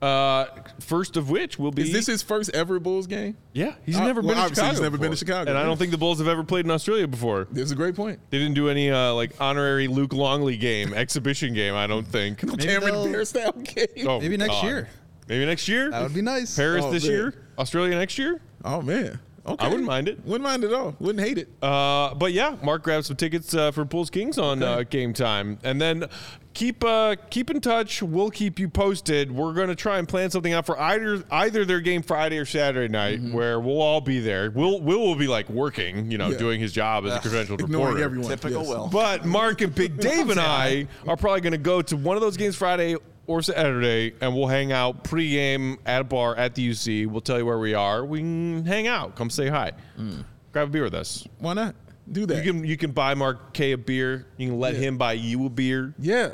A: Uh, first of which will be
B: Is this his first ever Bulls game?
A: yeah. He's
B: Uh,
A: never
B: well,
A: been to
B: obviously
A: Chicago.
B: he's never been to
A: before.
B: Chicago.
A: and I don't think the Bulls have ever played in Australia before.
B: There's a great point.
A: They didn't do any uh, like honorary Luke Longley game exhibition game. I don't think.
B: Cameron
D: they'll-
B: Bear style game.
A: Oh,
D: Maybe next
A: God.
D: year.
A: Maybe next year.
D: That would be nice.
A: Paris
B: Oh,
A: this
B: man.
A: year. Australia next year.
B: Oh man. Okay.
A: I wouldn't mind it.
B: Wouldn't mind it at all. Wouldn't hate it.
A: Uh, but yeah, Mark grabbed some tickets uh, for Bulls Kings on uh, game time, and then keep uh, keep in touch. We'll keep you posted. We're gonna try and plan something out for either either their game Friday or Saturday night,
B: Mm-hmm.
A: where we'll all be there. Will Will will be like working, you know,
B: Yeah.
A: doing his job as a credentialed
B: Ignoring
A: reporter.
B: everyone.
E: Typical
B: Yes.
E: Will.
A: But Mark and Big Dave and I are probably going to go to one of those games Friday or Saturday, and we'll hang out pregame at a bar at the UC. We'll tell you where we are. We can hang out. Come say hi.
B: Mm.
A: Grab a beer with us.
B: Why not? Do that.
A: You can you can buy Mark K a beer. You can let him buy you a beer.
B: yeah.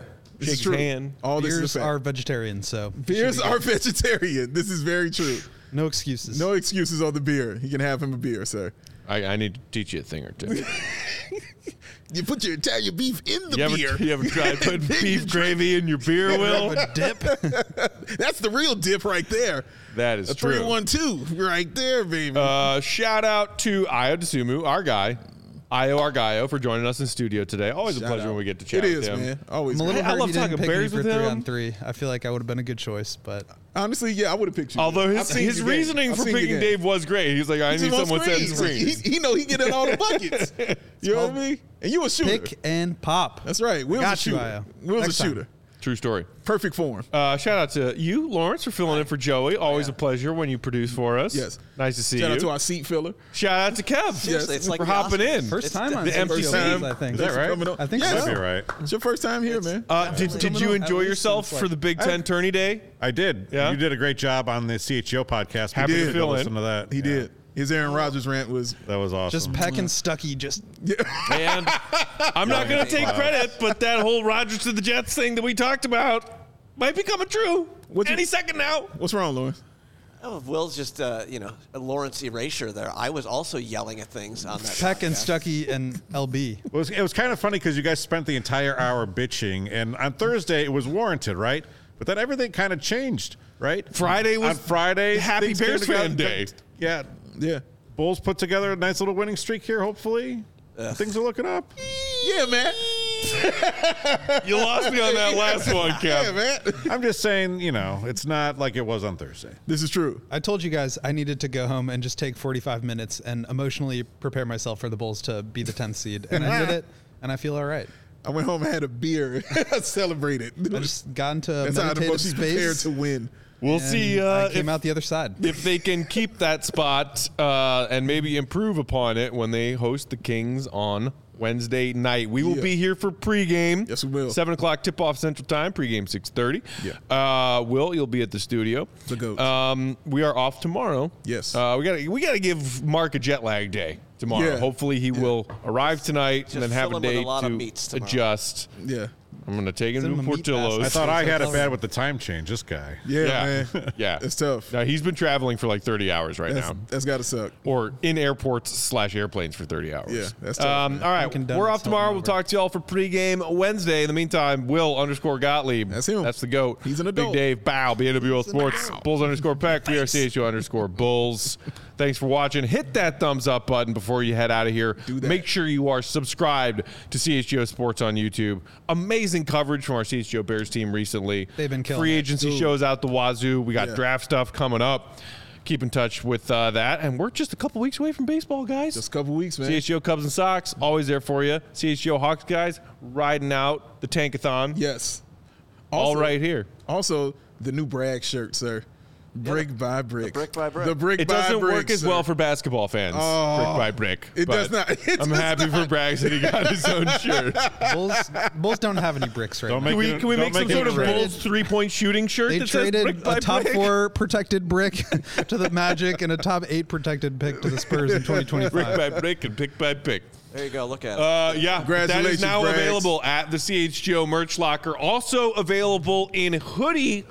A: Shake
B: This is
A: his
B: true.
A: hand.
B: All this
D: Beers
B: is a fact.
D: are vegetarian, so
B: Beers are vegetarian. This is very true.
D: no excuses.
B: No excuses on the beer. You can have him a beer, sir.
A: I, I need to teach you a thing or two.
B: You put your Italian beef in the
A: You ever,
B: beer.
A: you ever tried putting beef gravy in your beer, Will?
D: dip.
B: That's the real dip right there.
A: That is
B: a
A: true.
B: three one two right there, baby.
A: Uh, shout out to Io DeSumo, our guy, Io Argayo, for joining us in studio today. Always a
B: Shout
A: pleasure
B: out.
A: when we get to chat
B: It is,
A: with him.
B: man. Always.
D: I'm a little
B: man.
A: I
D: hurt
A: love
D: you didn't
A: talking
D: pick
A: bears
D: me for
A: with
D: three
A: him.
D: on three. I feel like I would have been a good choice, but
B: Honestly, yeah, I would have picked you.
A: Although his,
B: I've seen
A: his
B: your game.
A: reasoning
B: I've
A: for
B: seen your
A: picking
B: game.
A: Dave was great. He's like, I
B: He's
A: need
B: on
A: someone setting
B: He,
A: screens.
B: he know he get in all the buckets. you know what I mean? And you a shooter.
D: pick and pop.
B: That's right. Will's
D: got
B: a
D: you,
B: shooter.
D: Io.
B: Will's
D: Next
B: a
D: time.
B: shooter.
A: True story.
B: Perfect form.
A: Uh, shout out to you, Lawrence, for filling in for Joey. Always a pleasure when you produce for us.
B: Oh, Yes.
A: Nice to see
B: Shout
A: you.
B: out to our seat filler.
A: shout out to Kev.
E: Seriously, it's like
A: for
E: the
A: hopping
E: Oscars.
A: in.
D: First
E: It's
D: time
E: the-
D: on
E: the
D: the
A: empty
D: empty
A: time.
D: I think.
A: Is that right?
D: I think
B: Yes.
D: so.
F: You're right.
B: It's your first time here, man.
A: Uh, did, did you
D: At
A: enjoy
D: least
A: yourself
D: since,
A: for
D: like-
A: the Big Ten tourney day?
F: I did.
A: Yeah?
F: You did a great job on the CHO podcast.
A: Happy
F: People
A: to
F: should
A: fill
F: go
A: in.
F: Listen to that.
B: he
F: Yeah.
B: did. His Aaron Rodgers rant was
F: That was awesome.
D: Just Peck and Stucky. Just
A: And I'm not going to take
F: Wow.
A: credit, but that whole Rodgers to the Jets thing that we talked about might be coming true
B: What'd you-
A: any second now.
B: what's wrong, Lawrence?
E: Oh, Will's just, uh, you know, a Lawrence erasure there. I was also yelling at things on that.
D: Peck and
E: podcast.
D: Stucky and LB.
F: It was, it was kind of funny because you guys spent the entire hour bitching, and on Thursday it was warranted, right? But then everything kind of changed, right?
A: Friday was
F: on Friday.
A: Happy
F: things came
A: Bears
F: together.
A: fan day.
F: Yeah,
B: Yeah.
F: Bulls put together a nice little winning streak here. Hopefully, things are looking up.
B: Yeah, man.
A: You lost me on that last one,
B: Yeah,
A: Kev.
B: man.
F: I'm just saying, you know, it's not like it was on Thursday.
B: This is true.
D: I told you guys I needed to go home and just take 45 minutes and emotionally prepare myself for the Bulls to be the 10th seed, and I did it, and I feel all right.
B: I went home and had a beer. I celebrated.
D: I just got into
B: That's how the
D: meditative
B: most you prepare
D: space.
B: to win.
A: We'll
D: and
A: see uh,
D: I came
A: if,
D: out the other side.
A: if they can keep that spot uh, and maybe improve upon it when they host the Kings on Wednesday night. We will
B: Yeah.
A: be here for pregame.
B: Yes, we will.
A: Seven o'clock tip off Central Time. Pregame six thirty. Uh, will you'll be at the studio.
B: The goat.
A: Um, we are off tomorrow.
B: Yes.
A: Uh, we got we got to give Mark a jet lag day tomorrow.
B: Yeah.
A: Hopefully he will arrive tonight and then
E: Just
A: have
E: fill
A: a
E: him with a
A: day
E: lot of
A: to
E: meats tomorrow.
A: adjust.
B: Yeah.
A: I'm gonna take him
D: Send
A: to
D: him a meat basket.
A: Portillo's.
F: I thought
D: That's
F: I had it
D: what I
F: bad
D: was-
F: with the time change. This guy.
B: Yeah,
A: Yeah.
B: man.
A: Yeah.
B: It's tough.
A: now he's been traveling for like 30 hours right
B: That's,
A: now.
B: that's got to suck.
A: or in airports slash airplanes for 30 hours.
B: Yeah, that's tough,
A: um, all right.
D: Dunkin'
A: We're
D: Donuts
A: off tomorrow.
D: helping
A: We'll
D: over.
A: talk to y'all for pregame Wednesday. In the meantime, Will underscore Gottlieb.
B: That's him.
A: That's the goat.
B: He's an
A: Big
B: adult.
A: Dave. Bow. BNWL Sports. Bulls underscore Peck. VRCHO underscore Bulls. Thanks for watching. Hit that thumbs up button before you head out of here.
B: Do that.
A: Make sure you are subscribed to CHGO Sports on YouTube. Amazing coverage from our CHGO Bears team recently.
D: They've been killing
A: Free
D: it.
A: agency shows out the wazoo. We got
B: Yeah.
A: draft stuff coming up. Keep in touch with uh, that. And we're just a couple weeks away from baseball, guys.
B: Just a couple weeks, man.
A: CHGO Cubs and Sox, always there for you. CHGO Hawks guys, riding out the tankathon.
B: Yes.
A: all
B: Also-
A: right here.
B: Also, the new Bragg shirt, sir. Brick by brick.
E: brick by brick.
B: The brick
A: It
B: by
A: doesn't
B: brick,
A: work as
B: sir.
A: well for basketball fans, brick by brick.
B: uh, Oh, it
A: but
B: does not. It
A: I'm
B: does
A: happy for Braggs that he got his own shirt.
D: Bulls, Bulls don't have any bricks right
F: Don't
D: now.
F: make
A: Can we,
F: it-
A: can we
F: don't
A: make some
F: it
A: sort of
F: a trade.
A: Bulls three point shooting shirt
D: They
A: that says brick
D: traded
A: by
D: a top
A: brick?
D: four protected brick to the Magic and a top eight protected pick to the Spurs in
A: brick
D: 2025.
A: by brick and pick by pick.
E: There you go. Look at it.
A: Uh, yeah, that is
B: Congratulations,
A: now
B: Braggs.
A: available at the CHGO merch locker. Also available in hoodie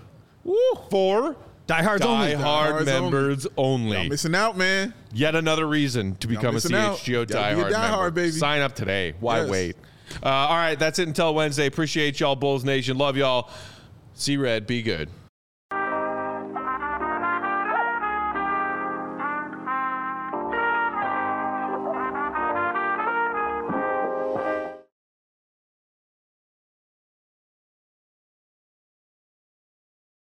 A: for
D: Diehards
A: Die
D: only.
A: Hard
B: Diehards only.
A: members only.
B: Y'all missing out, man.
A: Yet another reason to become a
B: missing out.
A: CHGO
B: Gotta be a
A: diehard
B: diehard,
A: member.
B: baby.
A: Sign up today. Why
B: Yes.
A: wait? Uh, all right, that's it until Wednesday. Appreciate y'all, Bulls Nation. Love y'all. See red, be good.